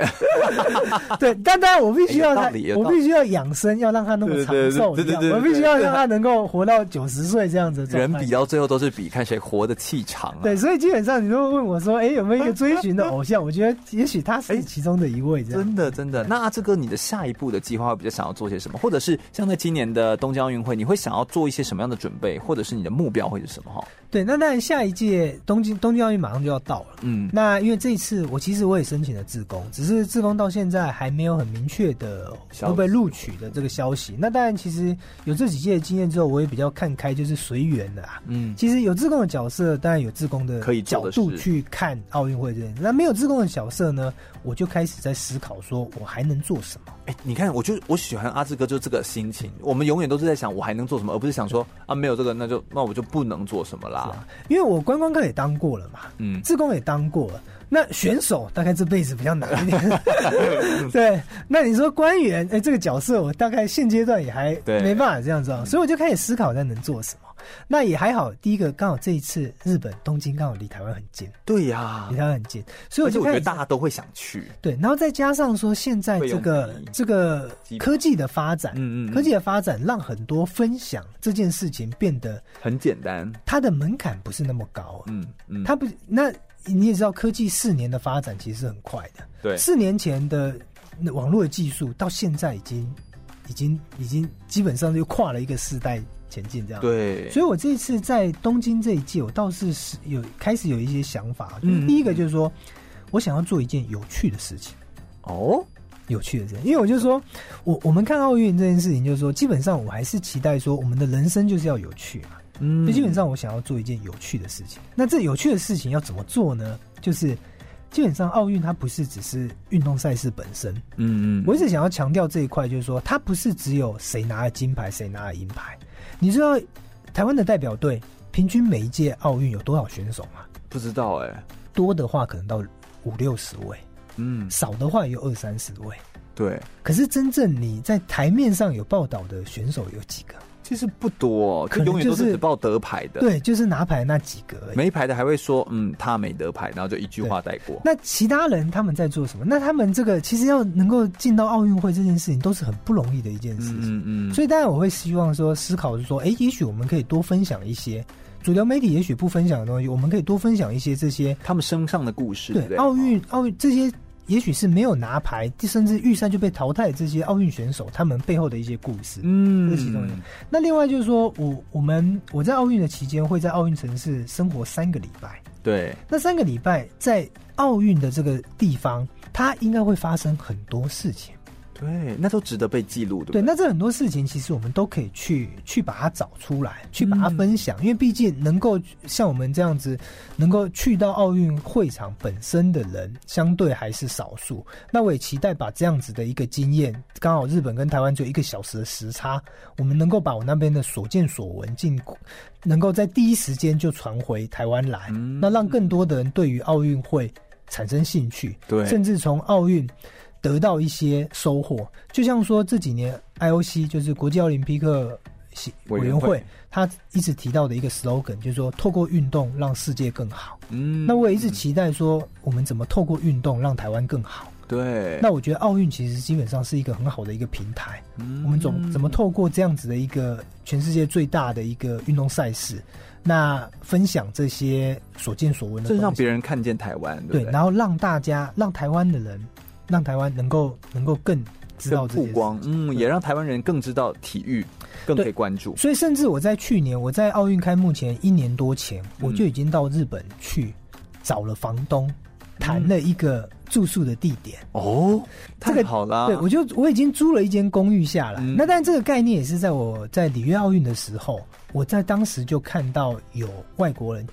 Speaker 2: [laughs]
Speaker 3: [laughs] 对，但当然我必须
Speaker 2: 哎
Speaker 3: 要
Speaker 2: 有
Speaker 3: 他
Speaker 2: 道理有，道理
Speaker 3: 我必须要养生，要让他那么长
Speaker 2: 对对对
Speaker 3: 寿，
Speaker 2: 对
Speaker 3: 这
Speaker 2: 对
Speaker 3: 样
Speaker 2: 对对
Speaker 3: 我必须要让他能够活到九十岁这样子的状
Speaker 2: 人
Speaker 3: 态。
Speaker 2: 比到最后都是比看谁活的气场啊。
Speaker 3: 对，所以基本上你如果问我说，哎、有没有一个追寻的偶像？我觉得也许他是其中的一位这样。
Speaker 2: 真的，真的。那阿志哥，你的下一步的计划会比较想要做些什么？或者是像在今年的东京奥运会，你会想要做一些什么样的准备？或者是你的目标会是什么？哈，
Speaker 3: 对，那当然下一届东京东京奥运马上就要到了。
Speaker 2: 嗯，
Speaker 3: 那因为这一次我其实我也申请了自工，只是自工到现在还没有很明确的
Speaker 2: 消息
Speaker 3: 会不会录取的这个消息。那当然，其实有这几届的经验之后，我也比较看开，就是随缘的啊。
Speaker 2: 嗯，
Speaker 3: 其实有自工的角色，当然有自工的
Speaker 2: 可以做
Speaker 3: 角
Speaker 2: 的
Speaker 3: 度
Speaker 2: 事
Speaker 3: 去看奥运会这件事。那没有自工的角色呢，我就开始在思考，说我还能做什么。
Speaker 2: 哎、你看，我就我喜欢阿志哥，就这个心情。我们永远都是在想我还能做什么，而不是想说啊没有这个，那就那我就不能做什么啦。
Speaker 3: 因为我观光客也当过了嘛，
Speaker 2: 嗯，
Speaker 3: 志工也当过了。那选手大概这辈子比较难
Speaker 2: [laughs]
Speaker 3: 一点，对。那你说官员，哎、这个角色我大概现阶段也还
Speaker 2: 对
Speaker 3: 没办法这样子啊，所以我就开始思考在能做什么。那也还好，第一个刚好这一次日本东京刚好离台湾很近，
Speaker 2: 对呀
Speaker 3: 离，台湾很近，所以
Speaker 2: 而
Speaker 3: 我
Speaker 2: 且
Speaker 3: 就
Speaker 2: 啊我
Speaker 3: 开
Speaker 2: 觉得
Speaker 3: 始
Speaker 2: 大家都会想去。
Speaker 3: 对，然后再加上说现在这
Speaker 2: 费
Speaker 3: 个
Speaker 2: 用比
Speaker 3: 这个
Speaker 2: 基本
Speaker 3: 科技的发展，
Speaker 2: 嗯嗯嗯
Speaker 3: 科技的发展让很多分享这件事情变得
Speaker 2: 很简单，
Speaker 3: 它的门槛不是那么高，啊
Speaker 2: 嗯嗯，
Speaker 3: 它不那你也知道，科技四年的发展其实是很快的。
Speaker 2: 对
Speaker 3: 四年前的那网络的技术到现在已经已经已经基本上就跨了一个世代前进这样。。
Speaker 2: 对，
Speaker 3: 所以我这一次在东京这一届，我倒是是有开始有一些想法。啊就
Speaker 2: 嗯
Speaker 3: 是第一个就是说，我想要做一件有趣的事情。
Speaker 2: 哦，
Speaker 3: 有趣的事情，因为我就说，我我们看奥运这件事情，就是说，基本上我还是期待说，我们的人生就是要有趣嘛。
Speaker 2: 嗯
Speaker 3: 所以基本上我想要做一件有趣的事情。那这有趣的事情要怎么做呢？就是基本上奥运它不是只是运动赛事本身，
Speaker 2: 嗯嗯，
Speaker 3: 我一直想要强调这一块，就是说它不是只有谁拿了金牌，谁拿了银牌。你知道台湾的代表队平均每一届奥运有多少选手吗？
Speaker 2: 不知道哎、
Speaker 3: 多的话可能到五六十位，
Speaker 2: 嗯，
Speaker 3: 少的话也有二三十位。
Speaker 2: 对，
Speaker 3: 可是真正你在台面上有报道的选手有几个？
Speaker 2: 其实不多，
Speaker 3: 可
Speaker 2: 就
Speaker 3: 能
Speaker 2: 永远都
Speaker 3: 就是是
Speaker 2: 只报得牌的。
Speaker 3: 对，就是拿牌那几个而已。
Speaker 2: 没牌的还会说，嗯，他没得牌，然后就一句话带过。
Speaker 3: 那其他人他们在做什么？那他们这个其实要能够进到奥运会这件事情，都是很不容易的一件事情。
Speaker 2: 嗯嗯嗯，
Speaker 3: 所
Speaker 2: 以
Speaker 3: 以当然我会希望说，思考是说，哎、也许我们可以多分享一些主流媒体也许不分享的东西，我们可以多分享一些这些
Speaker 2: 他们身上的故事，对不
Speaker 3: 对
Speaker 2: 对，
Speaker 3: 奥运奥运这些。也许是没有拿牌，甚至预赛就被淘汰的这些奥运选手，他们背后的一些故事。
Speaker 2: 嗯，
Speaker 3: 这是其中一个那另外就是说，我我们我在奥运的期间会在奥运城市生活三个礼拜，
Speaker 2: 对，
Speaker 3: 那三个礼拜在奥运的这个地方，它应该会发生很多事情。
Speaker 2: 对，那都值得被记录，对不
Speaker 3: 对，
Speaker 2: 对？
Speaker 3: 那这很多事情其实我们都可以去去把它找出来，去把它分
Speaker 2: 嗯
Speaker 3: 享，因为毕竟能够像我们这样子，能够去到奥运会场本身的人，相对还是少数。那我也期待把这样子的一个经验，刚好日本跟台湾只有一个小时的时差，我们能够把我那边的所见所闻尽，能够在第一时间就传回台湾来，
Speaker 2: 嗯
Speaker 3: 那让更多的人对于奥运会产生兴趣，
Speaker 2: 对
Speaker 3: 甚至从奥运得到一些收获。就像说这几年 IOC 就是国际奥林匹克协
Speaker 2: 委
Speaker 3: 委
Speaker 2: 员
Speaker 3: 员
Speaker 2: 会
Speaker 3: 会，他一直提到的一个 slogan 就是说，透过运动让世界更好。
Speaker 2: 嗯
Speaker 3: 那我也一直期待说，我们怎么透过运动让台湾更好。
Speaker 2: 对，
Speaker 3: 那我觉得奥运其实基本上是一个很好的一个平台，
Speaker 2: 嗯
Speaker 3: 我们总怎么透过这样子的一个全世界最大的一个运动赛事，那分享这些所见所闻的
Speaker 2: 这
Speaker 3: 东西，
Speaker 2: 让别人看见台湾，
Speaker 3: 对
Speaker 2: 不对？
Speaker 3: 然后让大家让台湾的人，让台湾能够能够更知
Speaker 2: 更
Speaker 3: 道这
Speaker 2: 曝
Speaker 3: 些事。
Speaker 2: 光，嗯，也让台湾人更知道体育，更可以关注。
Speaker 3: 所以，甚至我在去年，我在奥运开幕前一年多前，
Speaker 2: 嗯
Speaker 3: 我就已经到日本去找了房东，谈了一个住宿的地点。
Speaker 2: 哦，
Speaker 3: 这
Speaker 2: 太
Speaker 3: 个
Speaker 2: 好啦！
Speaker 3: 对，我就我已经租了一间公寓下来。
Speaker 2: 啊嗯
Speaker 3: 那但这个概念也是在我在里约奥运的时候，我在当时就看到有外国人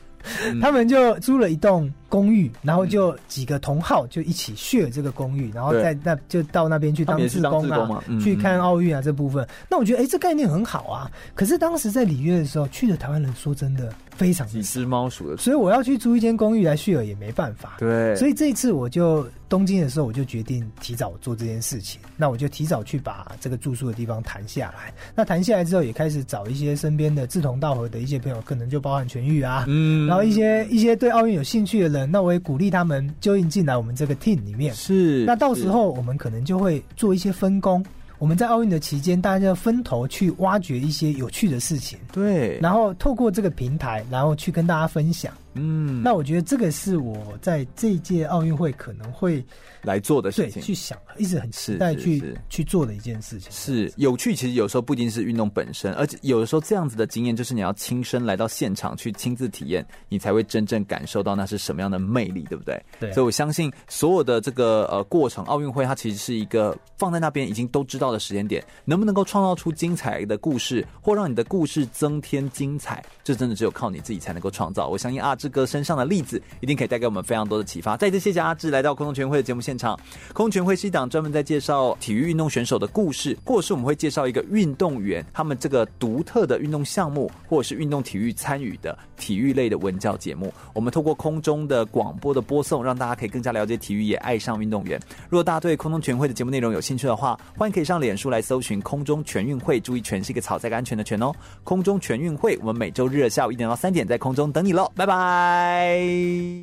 Speaker 2: 嗯
Speaker 3: 他们就租了一栋公寓，然后就几个同好就一起 share 这个公寓，然后
Speaker 2: 对
Speaker 3: 在那就到那边去
Speaker 2: 他们
Speaker 3: 当
Speaker 2: 也是
Speaker 3: 志
Speaker 2: 当
Speaker 3: 工
Speaker 2: 志工嘛
Speaker 3: 啊
Speaker 2: 嗯，
Speaker 3: 去看奥运啊这部分。那我觉得哎、这概念很好啊。可是当时在里约的时候，去的台湾人说真的非常，
Speaker 2: 几只猫鼠的，
Speaker 3: 所以我要去租一间公寓来 share 也没办法。
Speaker 2: 对，
Speaker 3: 所以这一次我就东京的时候，我就决定提早做这件事情。那我就提早去把这个住宿的地方谈下来。那谈下来之后，也开始找一些身边的志同道合的一些朋友，可能就包含全玉啊，
Speaker 2: 嗯
Speaker 3: 然后一些一些对奥运有兴趣的人，那我也鼓励他们就应进来我们这个 team 里面。
Speaker 2: 是
Speaker 3: 那到时候我们可能就会做一些分工。我们在奥运的期间，大家要分头去挖掘一些有趣的事情，
Speaker 2: 对，
Speaker 3: 然后透过这个平台，然后去跟大家分享。
Speaker 2: 嗯，
Speaker 3: 那我觉得这个是我在这一届奥运会可能会
Speaker 2: 来做的事
Speaker 3: 对
Speaker 2: 情，
Speaker 3: 去想，一直很期
Speaker 2: 是
Speaker 3: 待
Speaker 2: 是
Speaker 3: 去
Speaker 2: 是
Speaker 3: 去做的一件事情。
Speaker 2: 是有趣，其实有时候不一定是运动本身，而且有的时候这样子的经验，就是你要亲身来到现场去亲自体验，你才会真正感受到那是什么样的魅力，对不对？
Speaker 3: 对啊
Speaker 2: 所以我相信所有的这个呃过程，奥运会它其实是一个放在那边已经都知道的时间点，能不能够创造出精彩的故事，或让你的故事增添精彩，这真的只有靠你自己才能够创造。我相信阿志哥身上的例子，一定可以带给我们非常多的启发。再次谢谢阿志来到空中全运会的节目现场。空中全运会是一档专门在介绍体育运动选手的故事，或者是我们会介绍一个运动员他们这个独特的运动项目，或者是运动体育参与的体育类的文教节目。我们透过空中的广播的播送，让大家可以更加了解体育，也爱上运动员。如果大家对空中全运会的节目内容有兴趣的话，欢迎可以上脸书来搜寻“空中全运会”，注意“全”是一个草在安全的“全”哦。空中全运会，我们每周日的下午一点到三点在空中等你喽，拜拜。